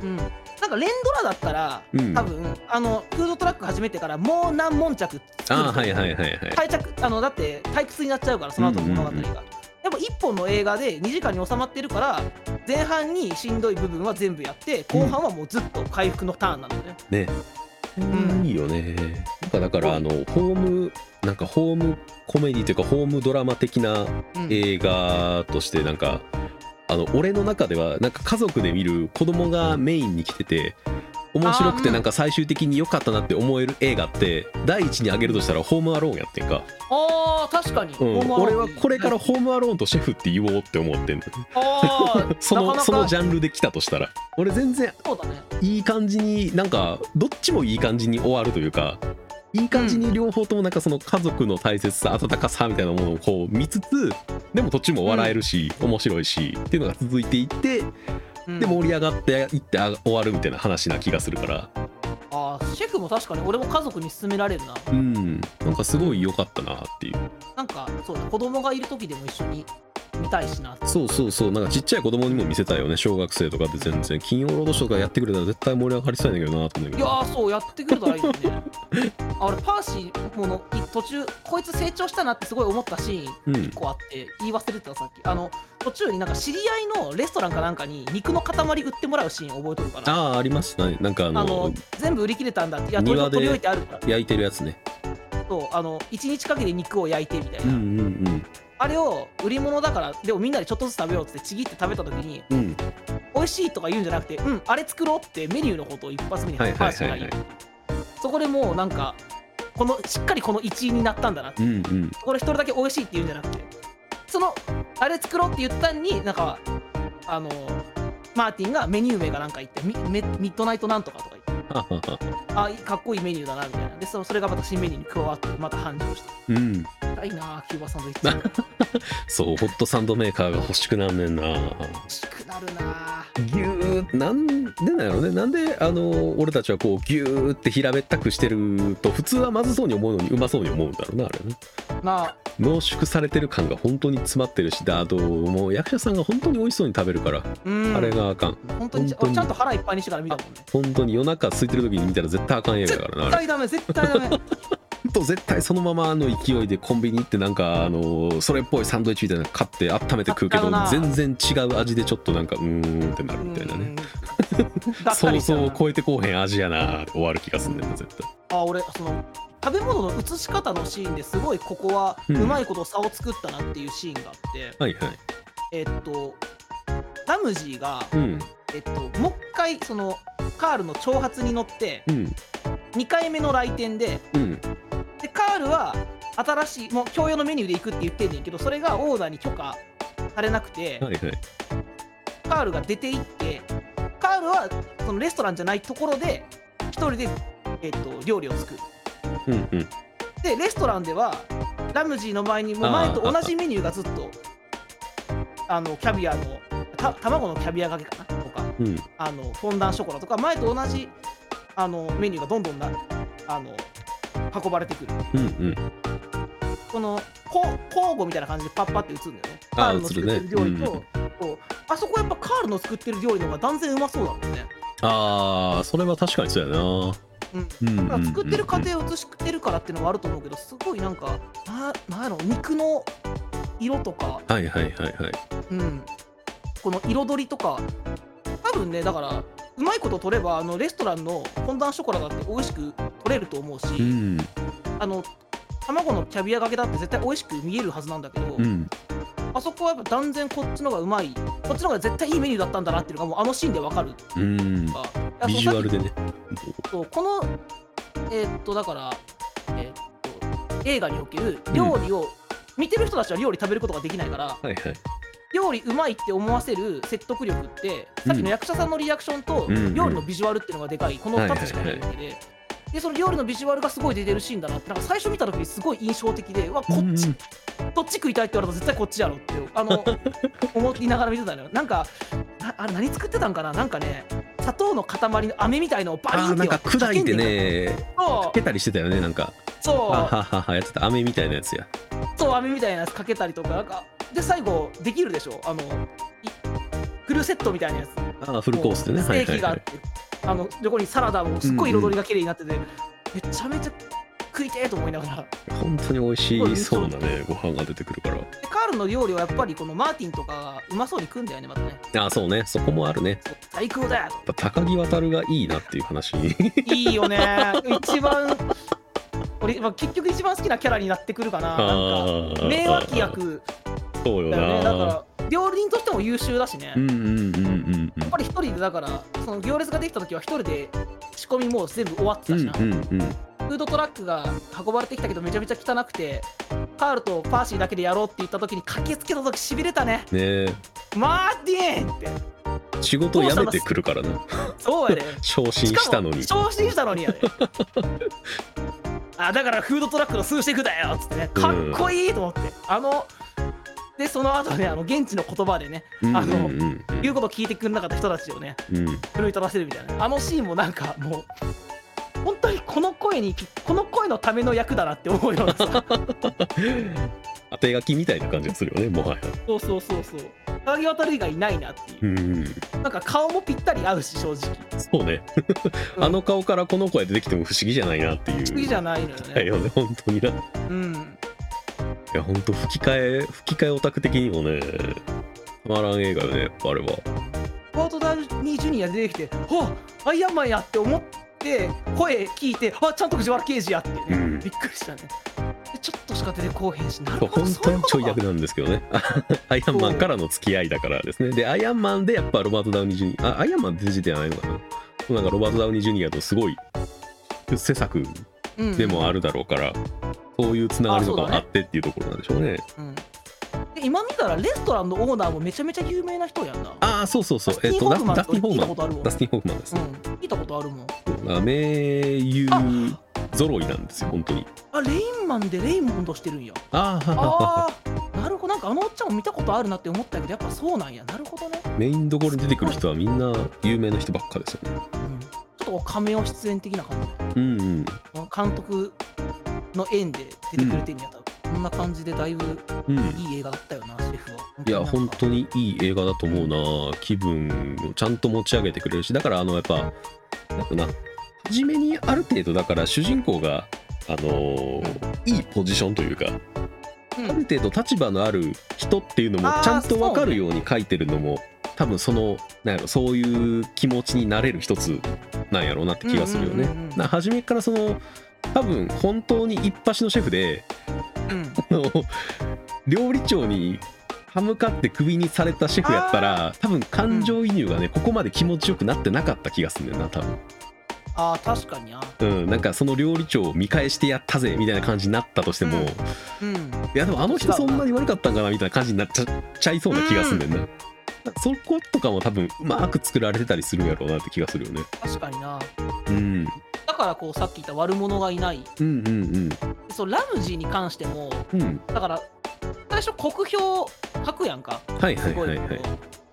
Speaker 2: うんなんか連ドラだったら、
Speaker 1: うん
Speaker 2: 多分あのフードトラック始めてからもう何悶着
Speaker 1: ああはいはいはいはい
Speaker 2: 退着あのだって退屈になっちゃうからその後の物語が、
Speaker 1: うんうんうん
Speaker 2: でも1本の映画で2時間に収まってるから前半にしんどい部分は全部やって後半はもうずっと回復のターンなのね、
Speaker 1: ね、
Speaker 2: ん
Speaker 1: いいよねなんかだから
Speaker 2: うん
Speaker 1: あのホームなんかホームコメディというかホームドラマ的な
Speaker 2: うん
Speaker 1: 映画としてなんかあの俺の中ではなんか家族で見る子供がメインに来てて面白く
Speaker 2: あーう
Speaker 1: て
Speaker 2: ん
Speaker 1: なんか最終的に良かったなって思える映画って第一に挙げるとしたら「ホームアローン」やってんか、
Speaker 2: あー確かに、
Speaker 1: うん
Speaker 2: ホームアローン
Speaker 1: 俺はこれから「ホームアローン」と「シェフ」って言おうって思ってんの
Speaker 2: あー
Speaker 1: その
Speaker 2: なかなか
Speaker 1: そのジャンルで来たとしたら俺全然
Speaker 2: そうだね
Speaker 1: いい感じになんかどっちもいい感じに終わるというかいい感じに両方ともなんかその家族の大切さ温かさみたいなものをこう見つつでも途中も笑えるし、面白いしっていうのが続いていって
Speaker 2: うん
Speaker 1: で盛り上がっていってあ終わるみたいな話な気がするから
Speaker 2: あーシェフも確かに俺も家族に勧められるな
Speaker 1: うんなんかすごい良かったなっていう
Speaker 2: なんかそうだ子供がいる時でも一緒に見たいしな
Speaker 1: そうそうそうなんかちっちゃい子供にも見せたいよね小学生とかで全然金曜ロードショーとかやってくれたら絶対盛り上がりたいんだけどなと思うんだ
Speaker 2: い
Speaker 1: け
Speaker 2: や
Speaker 1: ど
Speaker 2: ーそうやってくれたらい
Speaker 1: (laughs)
Speaker 2: いよねあ俺パーシーものい途中こいつ成長したなってすごい思ったシーン
Speaker 1: うん
Speaker 2: 1個あって言い忘れてたさっきあの途中になんか知り合いのレストランかなんかに肉の塊売ってもらうシーン覚えとるかなあ
Speaker 1: ああありましたねなんかあの
Speaker 2: の全部売り切れたんだっていや
Speaker 1: 庭
Speaker 2: 鶏
Speaker 1: で
Speaker 2: を取り置いてあるから
Speaker 1: 焼いてるやつね
Speaker 2: そうあの1日かけて肉を焼いてみたいな、
Speaker 1: うんうん
Speaker 2: あれを売り物だからでもみんなでちょっとずつ食べようっつってちぎって食べた時に
Speaker 1: うんうん
Speaker 2: 美味しいとか言うんじゃなくてうんあれ作ろうってメニューのことを一発目にパ
Speaker 1: はいはい
Speaker 2: ーシ
Speaker 1: は
Speaker 2: ー
Speaker 1: い
Speaker 2: が
Speaker 1: は
Speaker 2: 言う
Speaker 1: い。
Speaker 2: そこでもうなんかこのしっかりこの一位になったんだなって
Speaker 1: うんうん。
Speaker 2: これ一人だけ美味しいって言うんじゃなくてそのあれ作ろうって言ったんになんかあのマーティンがメニュー名がなんか言ってミミミッドナイトなんとかとか言って
Speaker 1: ははは
Speaker 2: あいいかっこいいメニューだなみたいなでそのそれがまた新メニューに加わってまた繁盛し
Speaker 1: (laughs) うん。
Speaker 2: たいいなあキューバサンドイッチ欲
Speaker 1: そう、ホットサンドメーカーが欲しくなんねんな。
Speaker 2: しくなるなあ
Speaker 1: ぎゅーっなんでなんやろうねなんであの俺たちはこうギューって平べったくしてると普通はまずそうに思うのにうまそうに思うんだろうなあれね
Speaker 2: まあ
Speaker 1: 濃縮されてる感が本当に詰まってるしだあともう役者さんが本当に美味しそうに食べるから、
Speaker 2: うん
Speaker 1: あれがあかん
Speaker 2: 本当に
Speaker 1: 本当に
Speaker 2: ちゃんと腹いっぱいにしてから見たもんね
Speaker 1: 本当に夜中空いてる時に見たら絶対あかん映画だからなあ
Speaker 2: 絶
Speaker 1: れ
Speaker 2: 対ダメ絶対ダメ
Speaker 1: と絶対そのままの勢いでコンビニ行ってなんかあのそれっぽいサンドイッチみたいなの買って温めて食うけど
Speaker 2: 買ったな
Speaker 1: 全然違う味でちょっとなんかうーんってな (laughs) るみたいなね
Speaker 2: うんがっか
Speaker 1: (laughs) 想
Speaker 2: りしちゃ
Speaker 1: 像
Speaker 2: う
Speaker 1: を
Speaker 2: な
Speaker 1: 超えてこうへん味やなーって終わる気がすんねんな絶対
Speaker 2: あ俺その食べ物の映し方のシーンですごいここは
Speaker 1: う
Speaker 2: うんまいこと差を作ったなっていうシーンがあって、
Speaker 1: はいはい
Speaker 2: えっとラムジーが、
Speaker 1: うん
Speaker 2: えっと、もう一回そのカールの挑発に乗って
Speaker 1: うん
Speaker 2: 2回目の来店で
Speaker 1: うん
Speaker 2: でカールは新しいもう共用のメニューで行くって言ってんねんけどそれがオーナーに許可されなくて、
Speaker 1: はいはい
Speaker 2: カールが出て行ってカールはそのレストランじゃないところで一人で、えっと料理を作る
Speaker 1: うんうん
Speaker 2: でレストランではラムジーの前にもう前と同じメニューがずっとあのキャビアのた卵のキャビアがけかなとか
Speaker 1: うん
Speaker 2: あのフォンダンショコラとか前と同じあのメニューがどんどんなあの運ばれてくる
Speaker 1: うんうん
Speaker 2: このこ交互みたいな感じでパッパって打つんだよね
Speaker 1: あー
Speaker 2: カールの作ってる料理
Speaker 1: 映る
Speaker 2: と、
Speaker 1: ね
Speaker 2: こうあそこやっぱカールの作ってる料理の方が断然うまそうだもんね、
Speaker 1: あーそれは確かにそうやな
Speaker 2: うん、
Speaker 1: うんうんう
Speaker 2: だか
Speaker 1: ん
Speaker 2: ら作ってる過程を映してるからっていうのもあると思うけどすごいなんかななんやろ肉の色とか、
Speaker 1: はいはいはいはい
Speaker 2: うん、この彩りとか多分ねだからうまいこと取ればあのレストランのフォンダンショコラだって美味しく取れると思うし、
Speaker 1: うん
Speaker 2: あの卵のキャビアがけだって絶対美味しく見えるはずなんだけど、
Speaker 1: うん
Speaker 2: あそこはやっぱ断然こっちの方がうまいこっちの方が絶対いいメニューだったんだなっていうのがもうあのシーンでわかると
Speaker 1: うん
Speaker 2: かだから
Speaker 1: ビジュアルでね
Speaker 2: そうこのえーっとだから、えーっと映画における料理を、見てる人たちは料理食べることができないから
Speaker 1: はいはい
Speaker 2: 料理うまいって思わせる説得力って
Speaker 1: うん
Speaker 2: さっきの役者さんのリアクションと、
Speaker 1: うんうん
Speaker 2: 料理のビジュアルっていうのがでかいこの2つしかないわけで。でその料理のビジュアルがすごい出てるシーンだなってなんか最初見た時にすごい印象的でうわこっち
Speaker 1: うん
Speaker 2: どっち食いたいって言われたら絶対こっちやろってあ
Speaker 1: (laughs)
Speaker 2: の思いながら見てたのよなんかなあれ何作ってたんかななんかね砂糖の塊の飴みたいのをバリンっ
Speaker 1: あー
Speaker 2: て
Speaker 1: なんか砕いてね
Speaker 2: そ
Speaker 1: か
Speaker 2: う
Speaker 1: けたりしてたよねなんかは
Speaker 2: そ
Speaker 1: はははやってた飴みたいなやつや
Speaker 2: うそう飴みたいなやつかけたりとかなんかで最後できるでしょあのいフルセットみたいなやつ
Speaker 1: あーフルコースでね
Speaker 2: ス
Speaker 1: は
Speaker 2: テ
Speaker 1: い
Speaker 2: ー
Speaker 1: は
Speaker 2: キ
Speaker 1: い
Speaker 2: があ
Speaker 1: は
Speaker 2: って
Speaker 1: い、
Speaker 2: あの横にサラダもすっごい彩りが綺麗になってて、めちゃめちゃ食いてえと思いながら
Speaker 1: 本当に美味しそうなねご飯が出てくるから
Speaker 2: でカールの料理はやっぱりこのマーティンとかがうまそうに食うんだよねまたね
Speaker 1: あーそうねそこもあるね
Speaker 2: そう最高だよ
Speaker 1: やっぱ高木渉がいいなっていう話
Speaker 2: いい
Speaker 1: (laughs)
Speaker 2: よね一番俺、まあ、結局一番好きなキャラになってくるかななんか
Speaker 1: ー
Speaker 2: 名脇役
Speaker 1: そうよ
Speaker 2: だよねだ
Speaker 1: な
Speaker 2: から料理人としても優秀だしね、
Speaker 1: うんうんうんうん
Speaker 2: やっぱり一人でだからその行列ができた時は一人で仕込みもう全部終わって
Speaker 1: う
Speaker 2: た
Speaker 1: ん
Speaker 2: し
Speaker 1: うん
Speaker 2: な、
Speaker 1: うんうん
Speaker 2: フードトラックが運ばれてきたけどめちゃめちゃ汚くてカールとパーシーだけでやろうって言った時に駆けつけた時しびれたね
Speaker 1: ねえ
Speaker 2: マーティーンって
Speaker 1: 仕事辞めてくるからな
Speaker 2: そうやで
Speaker 1: 昇進
Speaker 2: しかも
Speaker 1: したのに
Speaker 2: 昇進したのにやで (laughs) あだからフードトラックの数シェフだよっつってねかっこいいと思って、あのでその後ねあの現地の言葉でね
Speaker 1: うんう
Speaker 2: あ
Speaker 1: ん
Speaker 2: の
Speaker 1: うん
Speaker 2: 言うこと聞いてくれなかった人たちをね
Speaker 1: うんうん
Speaker 2: 奮い立たせるみたいなあのシーンもなんかもう本当にこの声にこの声のための役だなって思うようなさ
Speaker 1: 当て書きみたいな感じがするよねもはや
Speaker 2: そうそうそうそう。高木渡る以外いないなっていうう。
Speaker 1: ん
Speaker 2: なんか顔もぴったり合うし、正直。
Speaker 1: そうねあの顔からこの声出てきても不思議じゃないなっていう
Speaker 2: 次じゃないのよ
Speaker 1: だ
Speaker 2: ね。
Speaker 1: よね本当にない
Speaker 2: うん。
Speaker 1: や本当吹き替え吹き替えオタク的にもねたまらん映画よねやっぱあれは
Speaker 2: ポートダウニー・ジュニア出てきて、ほっアイアンマンやって思って、声聞いて、あちゃんと藤原刑事やってね、
Speaker 1: うん
Speaker 2: びっくりしたね。でちょっとしか出てこうへんし、なるほど。
Speaker 1: 本当にちょい
Speaker 2: そうう
Speaker 1: 役
Speaker 2: こ
Speaker 1: なんですけどねアイアンマンからの付き合いだからですねでアイアンマンでやっぱロバート・ダウニー・ジュニアあアイアンマン出てじゃないのかななんかロバート・ダウニー・ジュニアとすごい出世作
Speaker 2: とかうん
Speaker 1: でもあるだろうから、そういうつながりとかもあってっていうところなんでしょうね
Speaker 2: うんで今見たらレストランのオーナーもめちゃめちゃ有名な人やんな。
Speaker 1: ああそうそうそう
Speaker 2: ダス
Speaker 1: え
Speaker 2: テ
Speaker 1: っ、
Speaker 2: ィン
Speaker 1: と
Speaker 2: ホ
Speaker 1: ダ
Speaker 2: フ
Speaker 1: ス
Speaker 2: マン
Speaker 1: ダ
Speaker 2: と
Speaker 1: スティン・ホー
Speaker 2: 聞い
Speaker 1: マ
Speaker 2: た
Speaker 1: ン
Speaker 2: ことあるもん。
Speaker 1: ダスティン・ホーマンです
Speaker 2: う
Speaker 1: ね、
Speaker 2: ん、聞いたことあるもん。
Speaker 1: だから名優
Speaker 2: あ
Speaker 1: 揃いなんですよ本当に
Speaker 2: あ、レインマンでレイモンドしてるんや。
Speaker 1: ああ
Speaker 2: ああなるほどなんかあのおっちゃんも見たことあるなって思ったけどやっぱそうなんやなるほどね
Speaker 1: メインどころに出てくる人はみんな有名な人ばっかですよね
Speaker 2: うんちょっと亀を出演的な感
Speaker 1: う
Speaker 2: じ
Speaker 1: んうん
Speaker 2: 監督の縁で出てくれてるんやったら、こんな感じでだいぶ
Speaker 1: うん
Speaker 2: いい映画だったよな、シェフは。
Speaker 1: いや本当
Speaker 2: に
Speaker 1: にいい映画だと思うな気分をちゃんと持ち上げてくれるしだからあのやっぱなんかな初めにある程度だから主人公があのーいいポジションというか
Speaker 2: なん
Speaker 1: あ
Speaker 2: か、
Speaker 1: る程度立場のある人っていうのも
Speaker 2: あー
Speaker 1: ちゃんと分かるように書いてるのも多分そのなんやろそういう気持ちになれる一つなんやろうなって気がするよね
Speaker 2: うんうんうんうん。
Speaker 1: な初めからその多分本当に一発のシェフで
Speaker 2: うん
Speaker 1: あの料理長に歯向かってクビにされたシェフやったら多分感情移入がね、ここまで気持ちよくなってなかった気がするんだよな多分、
Speaker 2: ああ、確かにな。
Speaker 1: うん、なんかその料理長を見返してやったぜみたいな感じになったとしても、
Speaker 2: うん
Speaker 1: い
Speaker 2: うん。
Speaker 1: やでもあの人そんなに悪かったんかなみたいな感じになっちゃちゃいそうな気がするんだよな、そことかも多分うまく作られてたりするやろうなって気がするよね、
Speaker 2: 確かにな。
Speaker 1: うん、
Speaker 2: だから、こう、さっき言った悪者がいない。
Speaker 1: うんうん
Speaker 2: そう、ラムジーに関しても、
Speaker 1: うんうん
Speaker 2: だから、最初、酷評書くやんか。
Speaker 1: はいは
Speaker 2: す
Speaker 1: い
Speaker 2: ご、
Speaker 1: はいいはい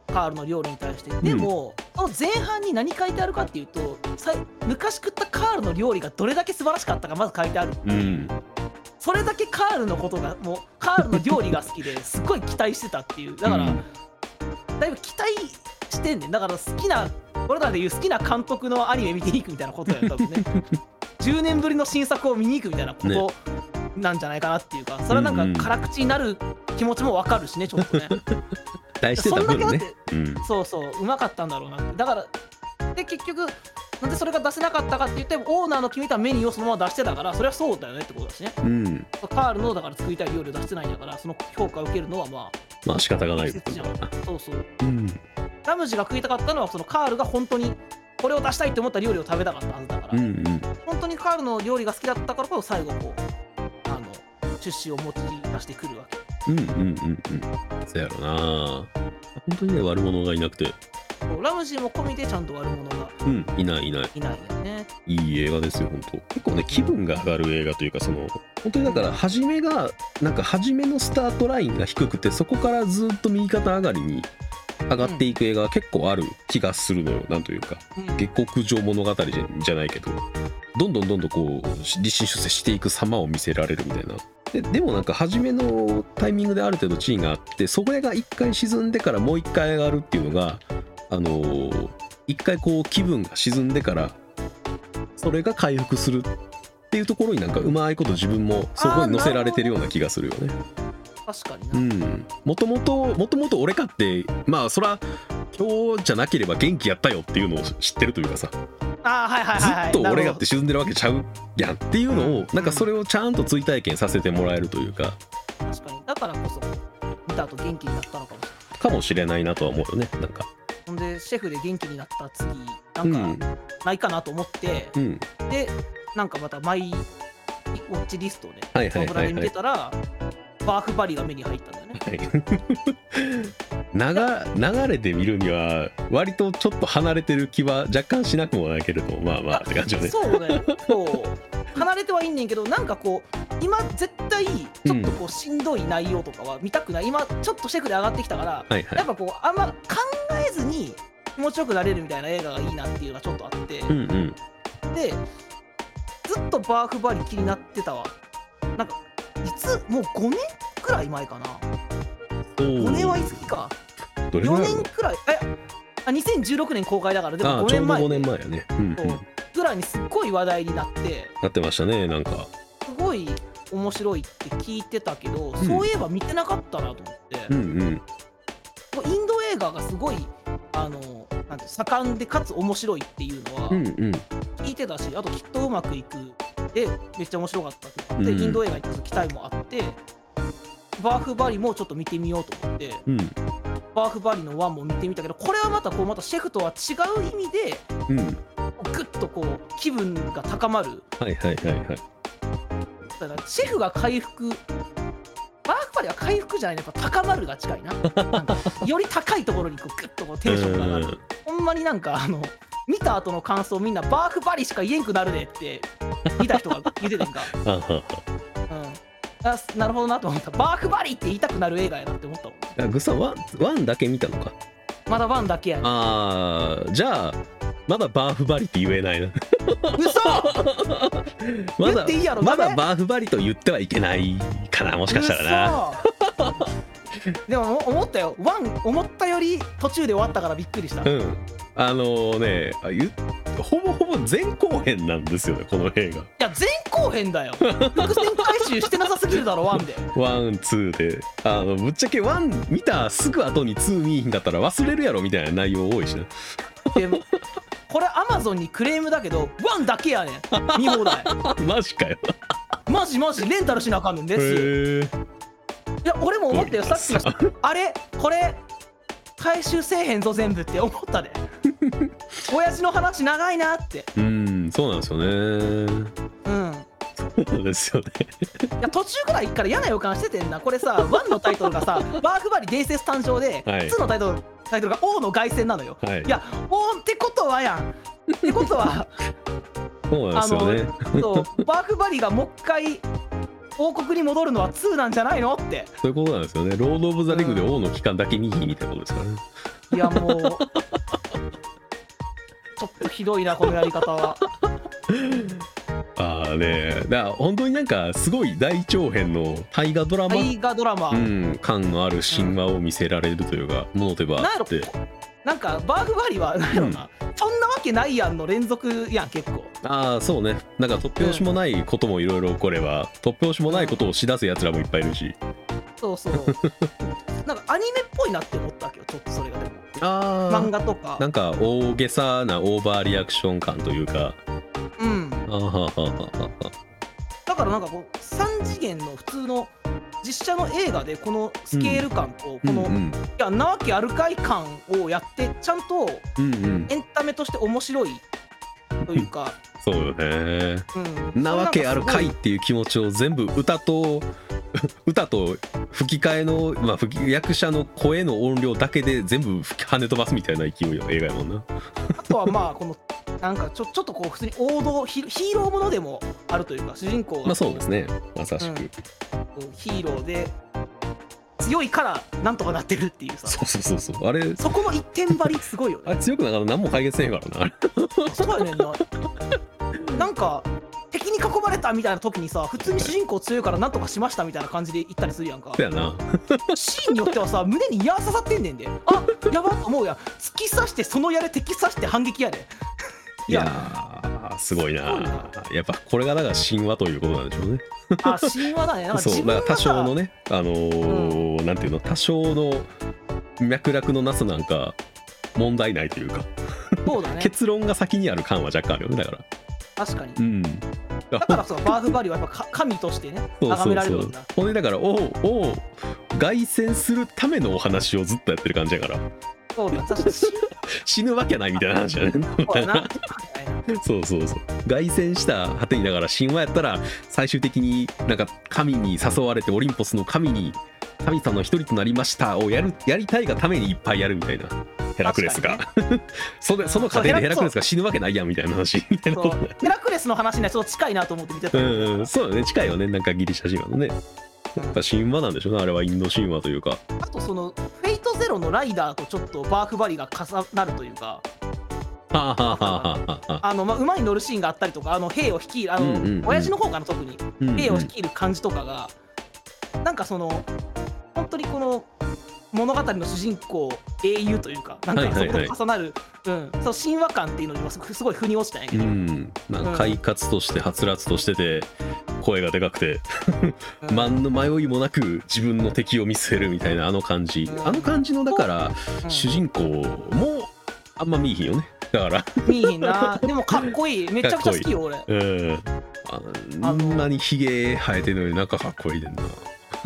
Speaker 2: カールの料理に対して。でも、その前半に何書いてあるかっていうと、さ昔食ったカールの料理がどれだけ素晴らしかったか、まず書いてある。
Speaker 1: うん
Speaker 2: それだけカールのことがもうカールの料理が
Speaker 1: (laughs)
Speaker 2: 好きですっごい期待してたっていうだから、
Speaker 1: うん
Speaker 2: だいぶ期待してんねんだから好きな俺らでいう好きな監督のアニメ見ていくみたいなことやったも
Speaker 1: (laughs)
Speaker 2: んね10年ぶりの新作を見に行くみたいなことなんじゃないかなっていうか、それはな
Speaker 1: うんうんん
Speaker 2: か辛口になる気持ちもわかるしねちょっとね
Speaker 1: 大 (laughs) してた
Speaker 2: そんだけだ
Speaker 1: 分ね
Speaker 2: っ
Speaker 1: う
Speaker 2: て
Speaker 1: ん
Speaker 2: そうそううまかったんだろうなってだからで結局なんでそれが出せなかったかって言ってもオーナーの決めたメニューをそのまま出してたからそれはそうだよねってことだしね
Speaker 1: うん
Speaker 2: カールのだから作りたい料理を出してないんだからその評価を受けるのはま
Speaker 1: まあ仕方が
Speaker 2: あ
Speaker 1: ない
Speaker 2: 適切じゃんそうそう
Speaker 1: うん
Speaker 2: ラムジが食いたかったのはそのカールが本当にこれを出したいって思った料理を食べたかったはずだから、
Speaker 1: うんうん
Speaker 2: 本当にカールの料理が好きだったからこそ最後こうあの出資を持ち出してくるわけ
Speaker 1: うんうんうんうんそうやろな本当にね悪者がいなくて
Speaker 2: そうラムジーも込みでちゃんと悪者が
Speaker 1: うんいないいない
Speaker 2: いないよね
Speaker 1: いい映画ですよ本当結構ね気分が上がる映画というかその本当にだから初めがなんか初めのスタートラインが低くてそこからずっと右肩上がりに上がっていく映画が結構ある気がするのよなんというか
Speaker 2: うん
Speaker 1: 下克上物語じゃじゃないけどどんどんどんどんこう立身出世していく様を見せられるみたいなででもなんか初めのタイミングである程度地位があってそれが一回沈んでからもう一回上がるっていうのがあのー一回こう気分が沈んでからそれが回復するっていうところになんかうまいこと自分もそこに乗せられてるような気がするよね。
Speaker 2: 確かに
Speaker 1: う
Speaker 2: な、
Speaker 1: ん、もともともともと俺かってまあそら今日じゃなければ元気やったよっていうのを知ってるというかさ
Speaker 2: ああはいはい
Speaker 1: ず
Speaker 2: はい、は
Speaker 1: っ
Speaker 2: い、
Speaker 1: と俺が
Speaker 2: なる
Speaker 1: っ
Speaker 2: ほ
Speaker 1: て
Speaker 2: ど
Speaker 1: 沈んでるわけちゃうやんっていうの
Speaker 2: う
Speaker 1: を
Speaker 2: ん
Speaker 1: なんかそれをちゃんと追体験させてもらえるというか
Speaker 2: 確かにだからこそ見た後元気になったのかもしれない
Speaker 1: かもしれないなとは思うよねなんか
Speaker 2: ほんでシェフで元気になった次な
Speaker 1: うんん
Speaker 2: かないかなと思って、
Speaker 1: うん
Speaker 2: でなんかまたマイウォッチリストで
Speaker 1: はい
Speaker 2: そ
Speaker 1: はい
Speaker 2: のブ
Speaker 1: は
Speaker 2: ラで
Speaker 1: い
Speaker 2: 見
Speaker 1: は
Speaker 2: て
Speaker 1: い
Speaker 2: たら、バーフバリが目に入ったんだよね
Speaker 1: (laughs) 流流れて見るには割とちょっと離れてる気は若干しなくもないけれどもまあまあって感じよね
Speaker 2: そうねそう離れてはいんねんけどなんかこう今絶対ちょっとこうしんどい内容とかは見たくない、今ちょっとシェフで上がってきたから、
Speaker 1: はい
Speaker 2: や
Speaker 1: は
Speaker 2: っぱこうあんま考えずに気持ちよくなれるみたいな映画がいいなっていうのがちょっとあって、
Speaker 1: いうんうん
Speaker 2: でずっとバーフバリ気になってたわなんかいつもう5年くらい前かな5年はいつきか
Speaker 1: どれぐ
Speaker 2: 4
Speaker 1: らいある
Speaker 2: 年くらいえあ2016年公開だからで
Speaker 1: あ
Speaker 2: も
Speaker 1: あ
Speaker 2: 5
Speaker 1: ちょう
Speaker 2: 年
Speaker 1: ど
Speaker 2: 前
Speaker 1: 5年前やねうんうん
Speaker 2: そうぐらいにすっごい話題になって
Speaker 1: なってましたねなんか
Speaker 2: すごい面白いって聞いてたけど、
Speaker 1: ん
Speaker 2: そういえば見てなかったなと思って、
Speaker 1: うんうん
Speaker 2: こうインド映画がすごいあのなんていう盛んでかつ面白いっていうのは
Speaker 1: うんうん
Speaker 2: 聞いてたし、あと「きっとうまくいく」でめっちゃ面白かったって言って、
Speaker 1: うん
Speaker 2: インド映画に対する期待もあってバーフバリもちょっと見てみようと思って。
Speaker 1: うん
Speaker 2: バーフバリの1も見てみたけどこれはまたこうまたシェフとは違う意味で
Speaker 1: うん
Speaker 2: ぐっとこう気分が高まる
Speaker 1: はいはいはいはい
Speaker 2: だからシェフが回復バーフバリは回復じゃないのやっぱ高まるが近いななんかより高いところにこうグッとこうテンションが上がるほんまになんかあの見た後の感想みんなバーフバリしか言えんくなるでって見た人が言っててんか、
Speaker 1: うんあはは
Speaker 2: うん、あなるほどなと思ったバーフバリって言いたくなる映画やなって思ったもん
Speaker 1: あグッさんワンワンだけ見たのか
Speaker 2: まだワンだけやね
Speaker 1: あーじゃあまだバーフバリって言えない
Speaker 2: (laughs)
Speaker 1: な
Speaker 2: 嘘
Speaker 1: ま
Speaker 2: 言
Speaker 1: だ
Speaker 2: っていいやろ
Speaker 1: ま
Speaker 2: ダ
Speaker 1: だ
Speaker 2: メ
Speaker 1: バーフバリと言ってはいけないかなもしかしたらな
Speaker 2: 嘘でも思ったよワン思ったより途中で終わったからびっくりした
Speaker 1: うんあのねあ言っほぼほぼ前後編なんですよねこの映画
Speaker 2: いや前後編だよ伏線回収してなさすぎるだろワンで
Speaker 1: ワンツーであのぶっちゃけワン見たすぐ後にツー見いひんかったら忘れるやろみたいな内容多いしな (laughs)
Speaker 2: でもこれアマゾンにクレームだけどワンだけやねん見放題
Speaker 1: マジかよ
Speaker 2: マジマジレンタルしなあかんねんですよ
Speaker 1: へえ
Speaker 2: いや俺も思ったよさっきの人あれこれ回収せえへんぞ全部って思っ
Speaker 1: (laughs)
Speaker 2: たで親父の話長いなって
Speaker 1: うんそうなんですよね
Speaker 2: うん
Speaker 1: そうですよね
Speaker 2: いや途中ぐらいから嫌な予感しててんなこれさ1のタイトル
Speaker 1: (laughs)
Speaker 2: がさ「バーフバリ伝説誕生で」
Speaker 1: はい
Speaker 2: 2のタイトルタイトルが「王の凱旋」なのよ、
Speaker 1: はい
Speaker 2: いや王ってことはやんってこ
Speaker 1: (laughs)
Speaker 2: とは
Speaker 1: そうなんですよね
Speaker 2: そうバーフバリがもう一回王国に戻るのは2なんじゃないのって
Speaker 1: そういうことなんですよねロード・オブ・ザ・リングで王の期間だけにみたいなことですからね
Speaker 2: いや
Speaker 1: (laughs)
Speaker 2: もうちょっとひどいなこのやり方は。
Speaker 1: ああねだから本当になんかすごい大長編の大河ドラマ、
Speaker 2: 大河ドラマ、
Speaker 1: うん、感のある神話を見せられるというか、ものといえば
Speaker 2: なんや
Speaker 1: あ
Speaker 2: ろ
Speaker 1: って
Speaker 2: なんかバーフバリはなんやろな、そんなわけないやんの連続やん結構
Speaker 1: ああそうねなんか突拍子もないこともいろいろ起これば突拍子もないことをしだすやつらもいっぱいいるし
Speaker 2: そ
Speaker 1: (laughs)
Speaker 2: うそうなんかアニメっぽいなって思ったわけどちょっとそれがでも
Speaker 1: あ
Speaker 2: 漫画とか
Speaker 1: なんか大げさなオーバーリアクション感というか
Speaker 2: うん
Speaker 1: あはははは
Speaker 2: だからなんかこう3次元の普通の実写の映画でこのスケール感とこ
Speaker 1: うん
Speaker 2: の、
Speaker 1: う
Speaker 2: い
Speaker 1: ん
Speaker 2: やんなわけあるかい感をやってちゃんと
Speaker 1: うんうん
Speaker 2: エンタメとして面白いというか、
Speaker 1: そうよね
Speaker 2: う
Speaker 1: (laughs)
Speaker 2: ん、
Speaker 1: なわけあるかい
Speaker 2: それなんすご
Speaker 1: っていう気持ちを全部歌と歌と吹き替えの、まあ、吹き役者の声の音量だけで全部吹き跳ね飛ばすみたいな勢いの映画やもんな。
Speaker 2: あとはまあ (laughs) このなんかちょちょっとこう普通に王道ヒヒーローものでもあるというか主人公
Speaker 1: まあ
Speaker 2: が
Speaker 1: そうですねまさしく、
Speaker 2: うんヒーローで強いからなんとかなってるっていうさ
Speaker 1: そうそうそうそうあれ
Speaker 2: そこの一点張りすごいよ
Speaker 1: あ (laughs)
Speaker 2: ね
Speaker 1: れ強くなかったら何も解決せへんからなあれ
Speaker 2: そうやねんな (laughs) なんか敵に囲まれたみたいな時にさ普通に主人公強いからなんとかしましたみたいな感じで言ったりするやんか
Speaker 1: そうやな
Speaker 2: シーンによってはさ胸に矢刺さってんねんであやばっと思うやん突き刺してその矢で敵刺して反撃
Speaker 1: (laughs)
Speaker 2: やで
Speaker 1: い
Speaker 2: い
Speaker 1: や
Speaker 2: や
Speaker 1: ーすごいなやっぱこれがだから神話ということなんでしょうね
Speaker 2: あ神話だねなんか
Speaker 1: そ
Speaker 2: 自
Speaker 1: うだ
Speaker 2: 分
Speaker 1: から
Speaker 2: が
Speaker 1: 多少
Speaker 2: さ
Speaker 1: のねあのーなんていうの多少の脈絡のなさなんか問題ないというか
Speaker 2: そうだね
Speaker 1: 結論が先にある感は若干あるよねだから
Speaker 2: 確かに
Speaker 1: うん
Speaker 2: だからさバーフバリはやっぱか神としてね崇められるんだ
Speaker 1: ほんでだから王を凱旋するためのお話をずっとやってる感じやから
Speaker 2: そうだ確かに神
Speaker 1: (laughs) 死ぬわけないみたいな話やね (laughs)
Speaker 2: 話だな
Speaker 1: そうそうそう凱旋した果てにだから神話やったら最終的になんか神に誘われてオリンポスの神に神様の一人となりましたをやるやりたいがためにいっぱいやるみたいなヘラクレスが、 (laughs) それその過程でヘラクレスが死ぬわけないやんみたいな話みたいなこ
Speaker 2: そ
Speaker 1: とだ
Speaker 2: うヘラクレスの話にはちょっと近いなと思って見て
Speaker 1: (laughs)
Speaker 2: た、
Speaker 1: うんうんそうよね近いよねなんかギリシャ神話のねやっぱ神話なんでしょうねあれはインド神話というか
Speaker 2: あとそのフェイトゼロのライダーとちょっとバーフバリが重なるというか
Speaker 1: はあはあはあはあはあ
Speaker 2: あの、まあ、馬に乗るシーンがあったりとかあの兵を率いるあの、
Speaker 1: うんうんうん
Speaker 2: 親父の方かな特に
Speaker 1: うんうん
Speaker 2: 兵を率いる感じとかが、なんかその本当にこの物語の主人公英雄というかなん
Speaker 1: はい
Speaker 2: か
Speaker 1: は
Speaker 2: そ
Speaker 1: い
Speaker 2: こ
Speaker 1: はい
Speaker 2: と重なる、うん、その神話感っていうのにもすごすごい腑に落ちたんやけ
Speaker 1: う
Speaker 2: ど、
Speaker 1: ん、なんか快活としてはつらつとしてて声がでかくて
Speaker 2: うん
Speaker 1: 何の迷いもなく自分の敵を見据えるみたいなあの感じ
Speaker 2: うん
Speaker 1: あの感じのだから
Speaker 2: うん
Speaker 1: 主人公もあんま見えひんよねだから
Speaker 2: 見えへんなでもかっこいいめちゃくちゃ好きよ俺
Speaker 1: うんあのあんなにひげ生えてるのになんかかっこいいでんな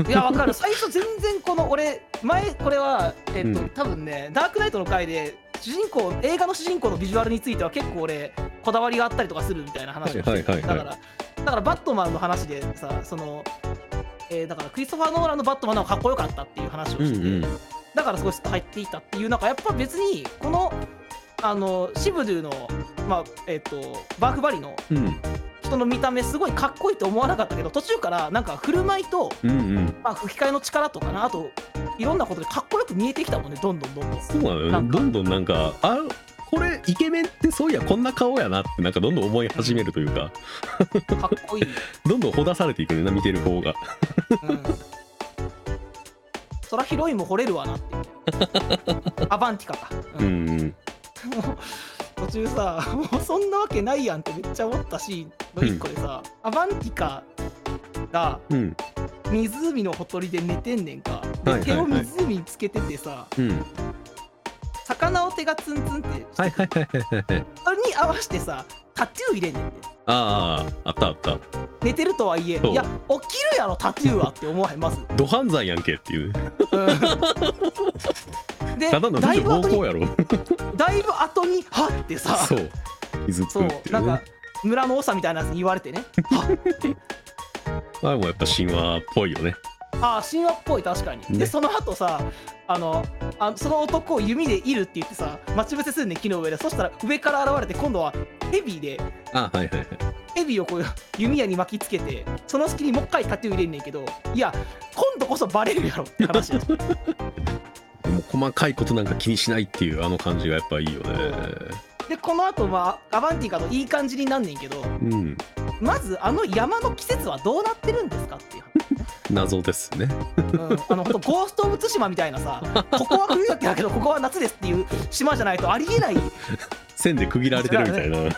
Speaker 1: い
Speaker 2: やわかる最初全然この俺前これはえっ、と、
Speaker 1: うん
Speaker 2: 多分ねダークナイトの回で主人公映画の主人公のビジュアルについては結構俺こだわりがあったりとかするみたいな話をしてて、
Speaker 1: はいはいはいはい
Speaker 2: だからだからバットマンの話でさその、えーだからクリストファー・ノーランのバットマンの方がかっこよかったっていう話を
Speaker 1: うん
Speaker 2: して、
Speaker 1: うん
Speaker 2: だからすごいスッと入っていたっていうなんかやっぱ別にこのあのシブドゥのまあえっ、とバークバリの
Speaker 1: うん
Speaker 2: 一人の見た目すごいかっこいいと思わなかったけど途中からなんか振る舞いと、
Speaker 1: うんうん
Speaker 2: まあ、吹き替えの力とかなあといろんなことでかっこよく見えてきたもんねどんどんどんどん
Speaker 1: そうなの
Speaker 2: な
Speaker 1: よね
Speaker 2: んか
Speaker 1: どんどんなんかあこれイケメンってそういやこんな顔やなってなんかどんどん思い始めるというか
Speaker 2: かっこいい、
Speaker 1: どんどんほだされていくねんな見てる方が
Speaker 2: うん、そらヒロインも惚れるわなってアバンティカか、
Speaker 1: う
Speaker 2: うん
Speaker 1: んうん
Speaker 2: もう途中さもうそんなわけないやんってめっちゃ思ったシーンの1個でさ、アバンティカが
Speaker 1: うん
Speaker 2: 湖のほとりで寝てんねんか、で
Speaker 1: はいはい
Speaker 2: 手
Speaker 1: は
Speaker 2: を
Speaker 1: い
Speaker 2: 湖につけててさ
Speaker 1: うん
Speaker 2: 魚を手がツンツンってしてて
Speaker 1: はいはいはいはいはい
Speaker 2: それに合わせてさタトゥー入れんねんで
Speaker 1: あああったあった
Speaker 2: 寝てるとはいえ
Speaker 1: そう
Speaker 2: いや起きるやろタトゥーはって思わへんまず、
Speaker 1: ど犯罪やんけっていうね
Speaker 2: うんで
Speaker 1: ただの
Speaker 2: だい
Speaker 1: 美
Speaker 2: ぶ
Speaker 1: 女暴
Speaker 2: 後
Speaker 1: 行
Speaker 2: に
Speaker 1: やろ
Speaker 2: だいぶ後にはってさ
Speaker 1: そう傷つ
Speaker 2: そ
Speaker 1: く
Speaker 2: う
Speaker 1: ってい
Speaker 2: な
Speaker 1: うんね
Speaker 2: か村の多さみたいなやつに言われてねはって
Speaker 1: あれもやっぱ神話っぽいよね
Speaker 2: ああ神話っぽい確かに、
Speaker 1: ね
Speaker 2: でその後さあのあその男を弓で射るって言ってさ待ち伏せするね木の上でそしたら上から現れて今度はヘビで
Speaker 1: あはいはいはい
Speaker 2: ヘビをこう弓矢に巻きつけてその隙にもう一回タトゥー入れんねんけどいや今度こそバレるやろって話や
Speaker 1: でも細かいことなんか気にしないっていうあの感じがやっぱいいよね
Speaker 2: でこの後まあアバンティカといい感じになんねんけど
Speaker 1: うん
Speaker 2: まずあの山の季節はどうなってるんですかっていう
Speaker 1: 謎ですね
Speaker 2: うんあのほんとゴースト・オブ・ツシマみたいなさ、ここは冬だけだけど、ここは夏ですっていう島じゃないとありえない、
Speaker 1: 線で区切られてるみたいな、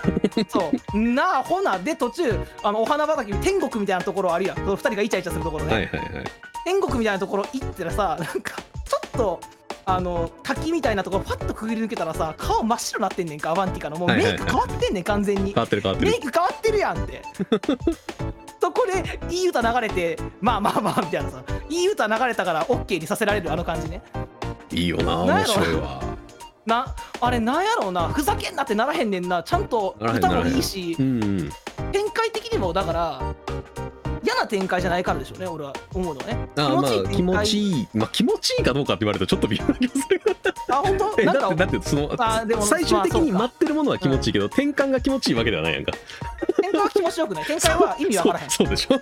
Speaker 2: そう、なあ、ほな、で、途中、あのお花畑、天国みたいなところあるやん、その2人がイチャイチャするところね、
Speaker 1: はいはいはい
Speaker 2: 天国みたいなところ行ったらさ、なんか、ちょっと、あの滝みたいなところ、パッとくぐり抜けたらさ、顔真っ白になってんねんか、アバンティカの、もう
Speaker 1: はい
Speaker 2: メ
Speaker 1: はいはい
Speaker 2: イク変わってんねん、完全に
Speaker 1: 変。わってる変わって
Speaker 2: メ
Speaker 1: る
Speaker 2: イク変わってるやんって。 (laughs) そこでいい歌流れてまあまあまあみたいなさいい歌流れたから OK にさせられるあの感じね
Speaker 1: いいよな
Speaker 2: な
Speaker 1: 面
Speaker 2: んやろ
Speaker 1: 白いわ
Speaker 2: なあれなんやろうなふざけんなってならへんねんなちゃんと
Speaker 1: ならへんな
Speaker 2: 歌
Speaker 1: らへん
Speaker 2: もいいし
Speaker 1: うんうん
Speaker 2: 展開的にもだから嫌な展開じゃないからでしょうね俺は思うのはね
Speaker 1: あまあ気
Speaker 2: 気
Speaker 1: 持
Speaker 2: 持
Speaker 1: ち
Speaker 2: ちいい展
Speaker 1: い
Speaker 2: 開
Speaker 1: い、まあ、気持ちいいかどうかって言われるとちょっと微妙な気がする
Speaker 2: あ本当
Speaker 1: (laughs) え
Speaker 2: なん
Speaker 1: だってだ
Speaker 2: か
Speaker 1: ってその
Speaker 2: あでも
Speaker 1: 最終的に
Speaker 2: まあそうか
Speaker 1: 待ってるものは気持ちいいけど、転換が気持ちいいわけではないやんか
Speaker 2: 展開は気持ちよくない展開は意味わからへん
Speaker 1: そうそうでしょ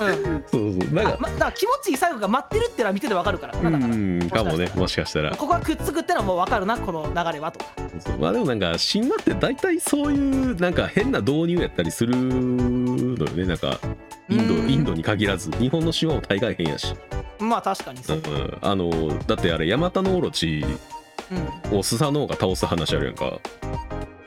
Speaker 1: (laughs)
Speaker 2: うん
Speaker 1: そうそうなん
Speaker 2: あ
Speaker 1: か、
Speaker 2: まだから気持ちいい最後が待ってるってのは見ててわかるからなだから
Speaker 1: うんかもねもしかしたら
Speaker 2: ここがくっつくってのはもうわかるなこの流れはとか
Speaker 1: そうまあでもなんか神話って大体そういうなんか変な導入やったりするのよねなんかイン
Speaker 2: う
Speaker 1: ド
Speaker 2: ん
Speaker 1: インドに限らず日本の神話も大概変やし、
Speaker 2: まあ確かに
Speaker 1: う
Speaker 2: そ
Speaker 1: ん
Speaker 2: う、
Speaker 1: あのだってあれヤマタノオロチ
Speaker 2: うん、
Speaker 1: をスサノオが倒す話あるやんか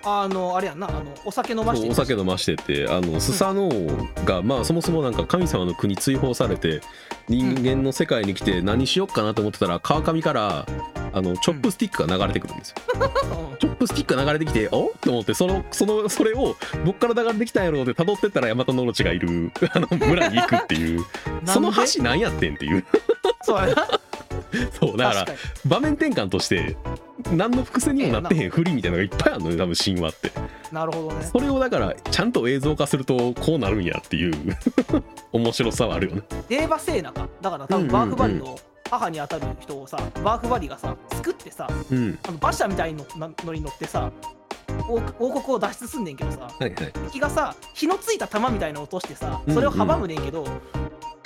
Speaker 2: あのあれやんなあのお酒飲まし
Speaker 1: そ
Speaker 2: て
Speaker 1: うお酒飲ましててあのスサノオが、まあそもそもなんか神様の国追放されて人間の世界に来て何しよっかなと思ってたら川上からあのチョップスティックが流れてくるんですよ、
Speaker 2: うん
Speaker 1: (laughs) チョップスティックが流れてきておっと思ってそのそのそれをどっから流れてきたんやろうって辿ってったらヤマタノオロチがいる (laughs) あの村に行くっていう
Speaker 2: なんで
Speaker 1: その橋なんやってんっていう (laughs)
Speaker 2: そうやな
Speaker 1: そうだから
Speaker 2: 確かに
Speaker 1: 場面転換として何の伏線にもなってへん振りみたいなのがいっぱいあるのよ多分神話って
Speaker 2: なるほどね
Speaker 1: それをだからちゃんと映像化するとこうなるんやっていう (laughs) 面白さはあるよね
Speaker 2: デーバセーナかだから多
Speaker 1: うん
Speaker 2: 分
Speaker 1: うんうん
Speaker 2: バーフバリの母に当たる人をさ、バーフバリがさ救ってさ
Speaker 1: うん
Speaker 2: あの馬車みたいのなのに乗ってさ王王国を脱出すんねんけどさ
Speaker 1: はいはい (laughs)
Speaker 2: 敵がさ火のついた玉みたいの落としてさ
Speaker 1: うん
Speaker 2: それを阻むねんけど、 (laughs)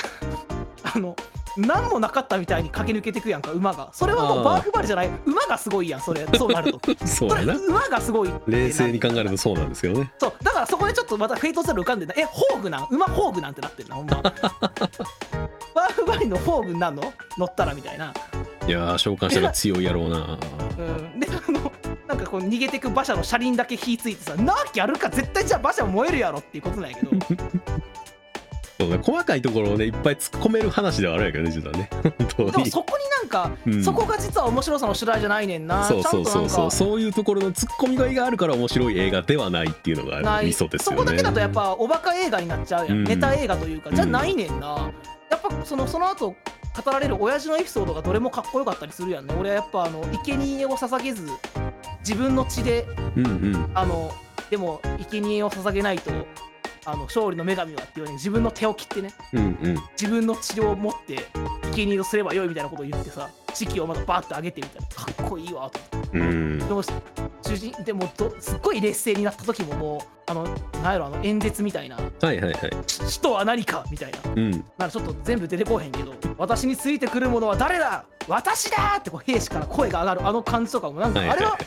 Speaker 2: あの何もなかったみたいに駆け抜けてくやんか馬がそれはも
Speaker 1: あー
Speaker 2: うバーフバリじゃない馬がすごいやんそれそうなると
Speaker 1: (laughs) そう
Speaker 2: そ
Speaker 1: や
Speaker 2: れ
Speaker 1: な
Speaker 2: 馬がすごいってな
Speaker 1: 冷静に考えるとそうなんですけどね
Speaker 2: そうだからそこでちょっとまたフェイトゼロ浮かんでないえホーグなん馬ホーグなんてなってるなほ (laughs) んまバーフバリのホーグなんの乗ったらみたいな、
Speaker 1: いやー召喚したら強いやろうな
Speaker 2: うん、であのなんかこう逃げてく馬車の車輪だけ火ついてさなわけあるか絶対じゃあ馬車燃えるやろっていうことなん
Speaker 1: (laughs)
Speaker 2: やけど
Speaker 1: そうね細かいところをねいっぱい突っ込める話ではあるんやけどね実はね (laughs) 本
Speaker 2: で
Speaker 1: 当
Speaker 2: も
Speaker 1: に
Speaker 2: そこになんか、
Speaker 1: うん
Speaker 2: そこが実は面白さの主題じゃないねんな
Speaker 1: そうそうそう
Speaker 2: ちゃんとな
Speaker 1: そ
Speaker 2: ん
Speaker 1: う
Speaker 2: か
Speaker 1: そういうところの突っ込みがいがあるから面白い映画ではないっていうのが
Speaker 2: ない
Speaker 1: ミソですよ
Speaker 2: そ
Speaker 1: ね
Speaker 2: こだけだとやっぱおバカ映画になっちゃうやん、
Speaker 1: うん
Speaker 2: ネタ映画というかじゃないねんな、やっぱそのその後語られる親父のエピソードがどれもかっこよかったりするやんね俺はやっぱあの生贄を捧げず自分の血で
Speaker 1: うんうん
Speaker 2: あのでも生贄を捧げないとあの勝利の女神はっていうように自分の手を切ってね
Speaker 1: うんうん
Speaker 2: 自分の血を持って生贄をすればよいみたいなことを言ってさ士気をまたバーッと上げてみたいなかっこいいわと思って
Speaker 1: うん
Speaker 2: でも主人でもどすっごい劣勢になった時ももうあのなんやろあの演説みたいな
Speaker 1: はいはいはい
Speaker 2: 「死とは何か」みたいな
Speaker 1: うん
Speaker 2: なんかちょっと全部出てこうへんけど「私についてくるものは誰だ私だ!」ってこう兵士から声が上がるあの感じとかもなんか
Speaker 1: はい
Speaker 2: あ
Speaker 1: はい
Speaker 2: れは
Speaker 1: は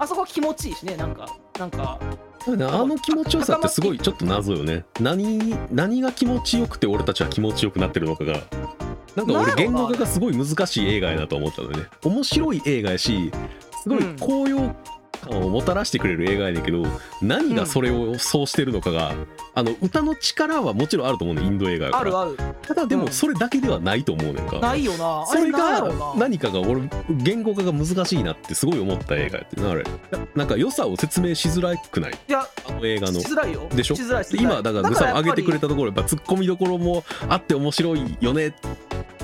Speaker 2: あそこ気持ちいいしねなんかなんか
Speaker 1: いだからあの気持ちよさってすごいちょっと謎よね何何が気持ちよくて俺たちは気持ちよくなってるのかがなんか
Speaker 2: なんやろ
Speaker 1: 俺
Speaker 2: な
Speaker 1: 言語化がすごい難しい映画やなと思ったのね面白い映画やしすごい
Speaker 2: うん
Speaker 1: 高揚感をもたらしてくれる映画やねんけど何がそれをそうしてるのかがあの歌の力はもちろんあると思うねんインド映画や
Speaker 2: あ
Speaker 1: か
Speaker 2: る
Speaker 1: ら
Speaker 2: ある
Speaker 1: ただで
Speaker 2: う
Speaker 1: も
Speaker 2: ん
Speaker 1: それだけではないと思うねんか
Speaker 2: ないよなあ
Speaker 1: そ
Speaker 2: れ
Speaker 1: れ
Speaker 2: なんやろ
Speaker 1: が
Speaker 2: うな
Speaker 1: 何かが俺言語化が難しいなってすごい思った映画やってなあれなんか良さを説明しづらくない
Speaker 2: いや
Speaker 1: あの映画の
Speaker 2: しづらいよ
Speaker 1: でしょ
Speaker 2: しづらいしづらい
Speaker 1: 今だからグ
Speaker 2: だ
Speaker 1: さん
Speaker 2: やっぱ
Speaker 1: 上
Speaker 2: り
Speaker 1: げてくれたところやっぱツッコミどころもあって面白いよね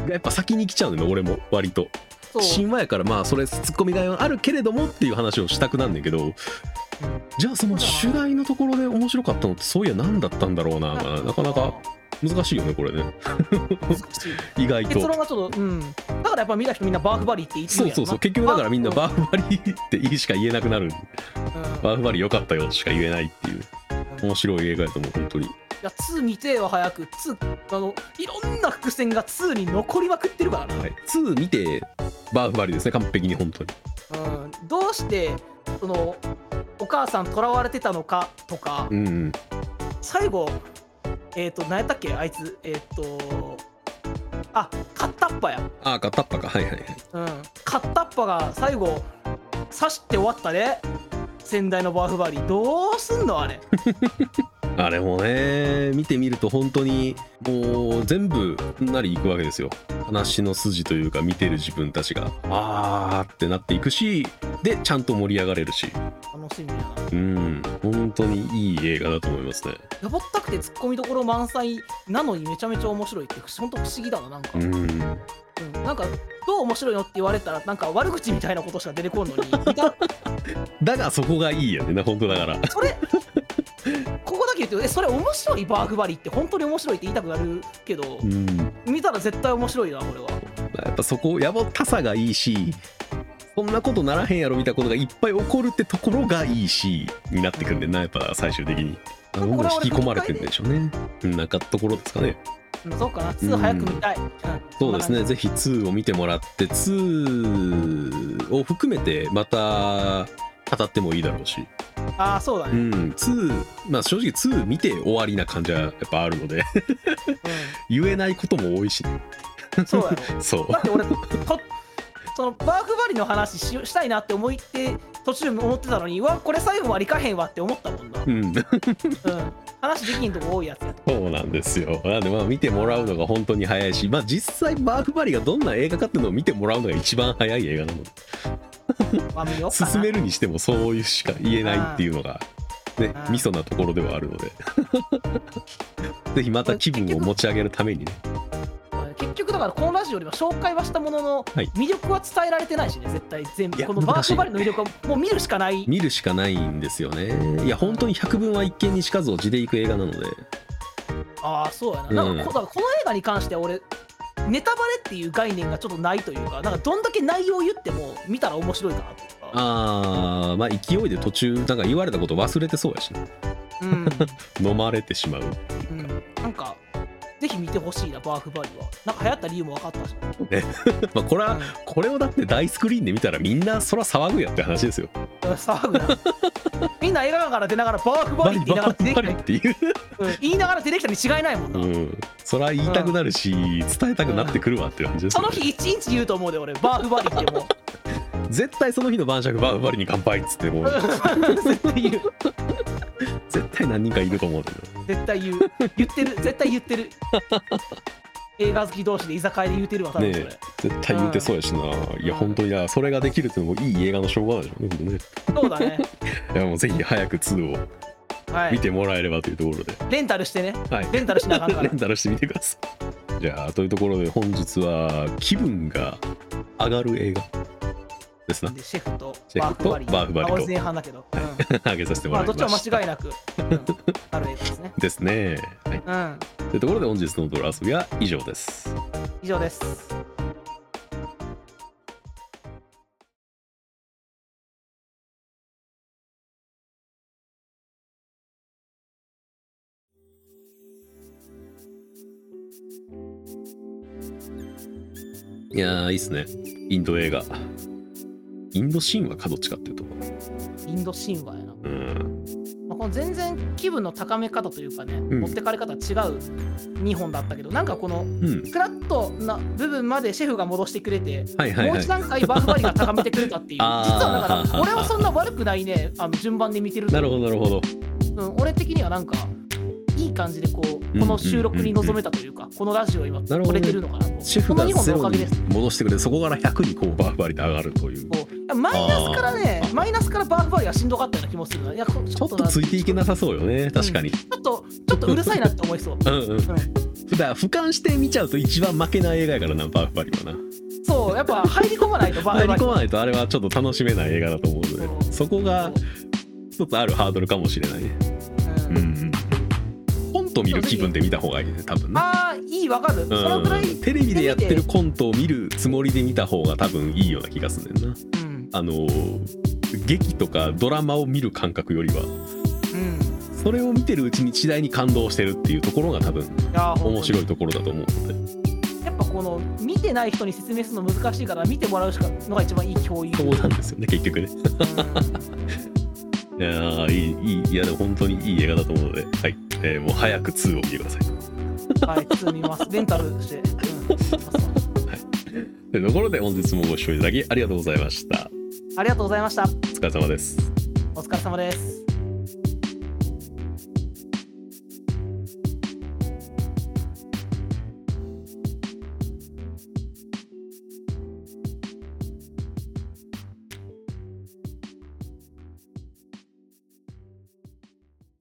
Speaker 1: がやっぱ先に来ちゃうのよ俺も割と
Speaker 2: そう
Speaker 1: 神話やからまあそれツッコミがあるけれどもっていう話をしたくなんねんけどじゃあその主題のところで面白かったのってそういや何だったんだろうながなかなか難しいよねこれね (laughs)
Speaker 2: 難しい
Speaker 1: 意外と
Speaker 2: 結論がちょっとうんだからやっぱ見た人みんなバーフバリーって言ってる
Speaker 1: そ
Speaker 2: ん
Speaker 1: う
Speaker 2: やろ
Speaker 1: そう
Speaker 2: な
Speaker 1: そう結局だからみんなバーフバリーっていいしか言えなくなる
Speaker 2: うん
Speaker 1: バーフバリー良かったよしか言えないっていう面白い映画やと思う本当に
Speaker 2: いや2見てよ早く2あのいろんな伏線が2に残りまくってるからな、
Speaker 1: はい、2見てバーフバリーですね完璧に本当に
Speaker 2: うん、どうしてそのお母さん囚われてたのかとか、
Speaker 1: うんうん
Speaker 2: 最後えっ、ー、と何やったっけあいつえっ、とあカッタッパや
Speaker 1: ああ片っ端かはいはいはい
Speaker 2: うんカッタッパが最後刺して終わったね先代のバーフバリーどうすんの
Speaker 1: (laughs)
Speaker 2: あれ
Speaker 1: あれもね見てみると本当にもう全部すんなりいくわけですよ話の筋というか見てる自分たちがあーってなっていくしでちゃんと盛り上がれるし
Speaker 2: 楽しみやな
Speaker 1: うん本当にいい映画だと思いますね
Speaker 2: やぼったくてツッコミどころ満載なのにめちゃめちゃ面白いってほんと不思議だななんか、
Speaker 1: うん
Speaker 2: うんなんかどう面白いのって言われたらなんか悪口みたいなことしか出てこんのに
Speaker 1: (laughs)
Speaker 2: いや
Speaker 1: だがそこがいいよねな本当だから
Speaker 2: それここだけ言ってえそれ面白いバーフバリーって本当に面白いって言いたくなるけど
Speaker 1: う、ん
Speaker 2: 見たら絶対面白いなこれは
Speaker 1: やっぱそこやぼったさがいいしそんなことならへんやろみたいなことがいっぱい起こるってところがいいしになってくんでんなやっぱ最終的にあの
Speaker 2: これは
Speaker 1: 引き込まれてるんでしょうねうんなんかところですかね
Speaker 2: うんそうかな2早く見たい、うん
Speaker 1: そうです
Speaker 2: ん
Speaker 1: ね、ぜひ2を見てもらって、2を含めてまた語ってもいいだろうし、
Speaker 2: な感じああそうだ
Speaker 1: う
Speaker 2: ね、
Speaker 1: ん、2、まあ正直2見て終わりな感じはやっぱあるので、 (laughs) 言えないことも多いし、
Speaker 2: うん、そう
Speaker 1: (laughs)
Speaker 2: やろ
Speaker 1: そう
Speaker 2: だっ、て俺とそのバーフバリの話ししたいなって思って途中思ってたのにうわこれ最後までいかへんわって思ったもんな、う
Speaker 1: うん、そ
Speaker 2: ん、話できんとこ多いやつやと
Speaker 1: うなんですよ。なんでまあ見てもらうのが本当に早いし、まあ実際バーフバリがどんな映画かっていうのを見てもらうのが一番早い映画なので、
Speaker 2: まあ見ようかな
Speaker 1: 進めるにしてもそういうしか言えないっていうのが。ね
Speaker 2: あ、ー
Speaker 1: ミソなところではあるので (laughs) ぜひまた気分を持ち上げるためにね
Speaker 2: 結局だからこのラジオでは紹介はしたものの
Speaker 1: はい
Speaker 2: 魅力は伝えられてないしね絶対全
Speaker 1: い
Speaker 2: 部
Speaker 1: や
Speaker 2: このバーフバリの魅力はもう見るしかない
Speaker 1: 見るしかないんですよねいや本当に百聞は一見にしかずを地でいく映画なので
Speaker 2: ああそうや
Speaker 1: うん
Speaker 2: ななんかこだからこの映画に関しては俺ネタバレっていう概念がちょっとないというかなんかどんだけ内容を言っても見たら面白いかなというか
Speaker 1: あーまあ勢いで途中なんか言われたこと忘れてそうやしね
Speaker 2: うん
Speaker 1: 飲まれてしまう
Speaker 2: うん、なんか、ぜひ見てほしいな、バーフバリは。なんか流行った理由も分かったし。
Speaker 1: まあこれは
Speaker 2: う
Speaker 1: これをだって大スクリーンで見たらみんなそら騒ぐやって話ですよ
Speaker 2: ん、
Speaker 1: (laughs)
Speaker 2: 騒ぐな。みんな映画館から出ながらバーフバ
Speaker 1: バ
Speaker 2: リ
Speaker 1: リ
Speaker 2: って言いな
Speaker 1: バ
Speaker 2: がら出て
Speaker 1: リバリ
Speaker 2: きたり
Speaker 1: っていう、
Speaker 2: うん言いながら出てきたに違いないもん
Speaker 1: う
Speaker 2: な。
Speaker 1: ん、そら言いたくなるし伝えたくなってくるわっていう感じです
Speaker 2: そ
Speaker 1: よ、
Speaker 2: の
Speaker 1: ね、
Speaker 2: 日一日言うと思うで俺、バーフバリってもう。
Speaker 1: 絶対その日の晩酌バリバリに乾杯っつってもう
Speaker 2: 絶対言う。
Speaker 1: 絶対何人かいると思うんだけ
Speaker 2: 絶対言う。言ってる、絶対言ってる。映画好き同士で居酒屋で言うてるわ、多分それ。
Speaker 1: ね絶対言ってそうやしな、いや本当になそれができるっていうのもいい映画の証拠なんでしょうねほんとね
Speaker 2: そうだね。
Speaker 1: いやもうぜひ早く2を
Speaker 2: は
Speaker 1: 見
Speaker 2: い。
Speaker 1: てもらえればというところで、
Speaker 2: レンタルしてね。
Speaker 1: はい、
Speaker 2: レンタルしなあかんか
Speaker 1: (laughs) レ
Speaker 2: ら
Speaker 1: ン。タルしてみてください。じゃあというところで本日は気分が上がる映画ですな
Speaker 2: でシェフと
Speaker 1: シェ
Speaker 2: バー
Speaker 1: フ
Speaker 2: フ
Speaker 1: と
Speaker 2: バリ。
Speaker 1: バーフバリと
Speaker 2: あ俺前半だけど。うん
Speaker 1: (laughs) 上げさせても
Speaker 2: ま
Speaker 1: ら
Speaker 2: あ、
Speaker 1: い
Speaker 2: ど
Speaker 1: ま
Speaker 2: っ
Speaker 1: し
Speaker 2: ち
Speaker 1: た。
Speaker 2: も間違いなく、
Speaker 1: (laughs)
Speaker 2: うん、ある映画ですね。
Speaker 1: ですね。はい、
Speaker 2: うん、
Speaker 1: というところで本日のドラ遊びは以上です。
Speaker 2: 以上です。
Speaker 1: いやーいいっすねインド映画インド神話かどっちかっていうと
Speaker 2: インド神話やな、
Speaker 1: うん
Speaker 2: まあ、この全然気分の高め方というかね、
Speaker 1: ん
Speaker 2: 持ってかれ方違う2本だったけどなんかこの
Speaker 1: うん
Speaker 2: フラットな部分までシェフが戻してくれて、
Speaker 1: はいはい
Speaker 2: も
Speaker 1: は
Speaker 2: う
Speaker 1: い
Speaker 2: 一段階バフバリが高めてくれたっていう実
Speaker 1: (laughs) あー
Speaker 2: はだから俺はそんな悪くないねあの順番で見てると
Speaker 1: なるほどなるほど
Speaker 2: うん、俺的にはなんかいい感じでこうこの収録に臨めたというか、このラジオを今
Speaker 1: なるほどね
Speaker 2: 撮れてるのかなと
Speaker 1: シェフ
Speaker 2: この
Speaker 1: が
Speaker 2: 2本
Speaker 1: ゼ
Speaker 2: のお
Speaker 1: ロ
Speaker 2: かげ
Speaker 1: に
Speaker 2: です
Speaker 1: 戻してくれてそこから100にこうバーバリと上がるという
Speaker 2: こういやマイナスからね
Speaker 1: あー
Speaker 2: マイナスからバーフバリはしんどかったような気もするないやこち
Speaker 1: ちょっとついていけなさそうよね確かに、
Speaker 2: ちょっとちょっとうるさいなって思いそう
Speaker 1: うんうんだから俯瞰して見ちゃうと一番負けない映画やからなバーバリはな
Speaker 2: そうやっぱ入り込まないとバー
Speaker 1: 入り
Speaker 2: フバリ
Speaker 1: 込まないとあれはちょっと楽しめない映画だと思うのでそこが一つあるハードルかもしれないね
Speaker 2: う
Speaker 1: うんんうんコント見る気分で見た方がいいね多分ね
Speaker 2: ああいいわかる、その
Speaker 1: う
Speaker 2: くらい、
Speaker 1: ん、テレビでやってるコントを見るつもりで見た方が多分いいような気がするんだよな
Speaker 2: うん
Speaker 1: あのー劇とかドラマを見る感覚よりは
Speaker 2: うん、
Speaker 1: それを見てるうちに次第に感動してるっていうところが多分
Speaker 2: いやー本当に
Speaker 1: 面白いところだと思うので
Speaker 2: やっぱこの見てない人に説明するの難しいから見てもらうしかのが一番いい教
Speaker 1: (laughs)
Speaker 2: 育
Speaker 1: そうなんですよね結局ねいやーいいいいいやでも本当にいい映画だと思うので、はいえーもう早く2を見てください
Speaker 2: うんはい普通に見ますレンタルして、うん
Speaker 1: というところで本日もご視聴いただきありがとうございました
Speaker 2: ありがとうございました
Speaker 1: お疲れ様です
Speaker 2: お疲れ様です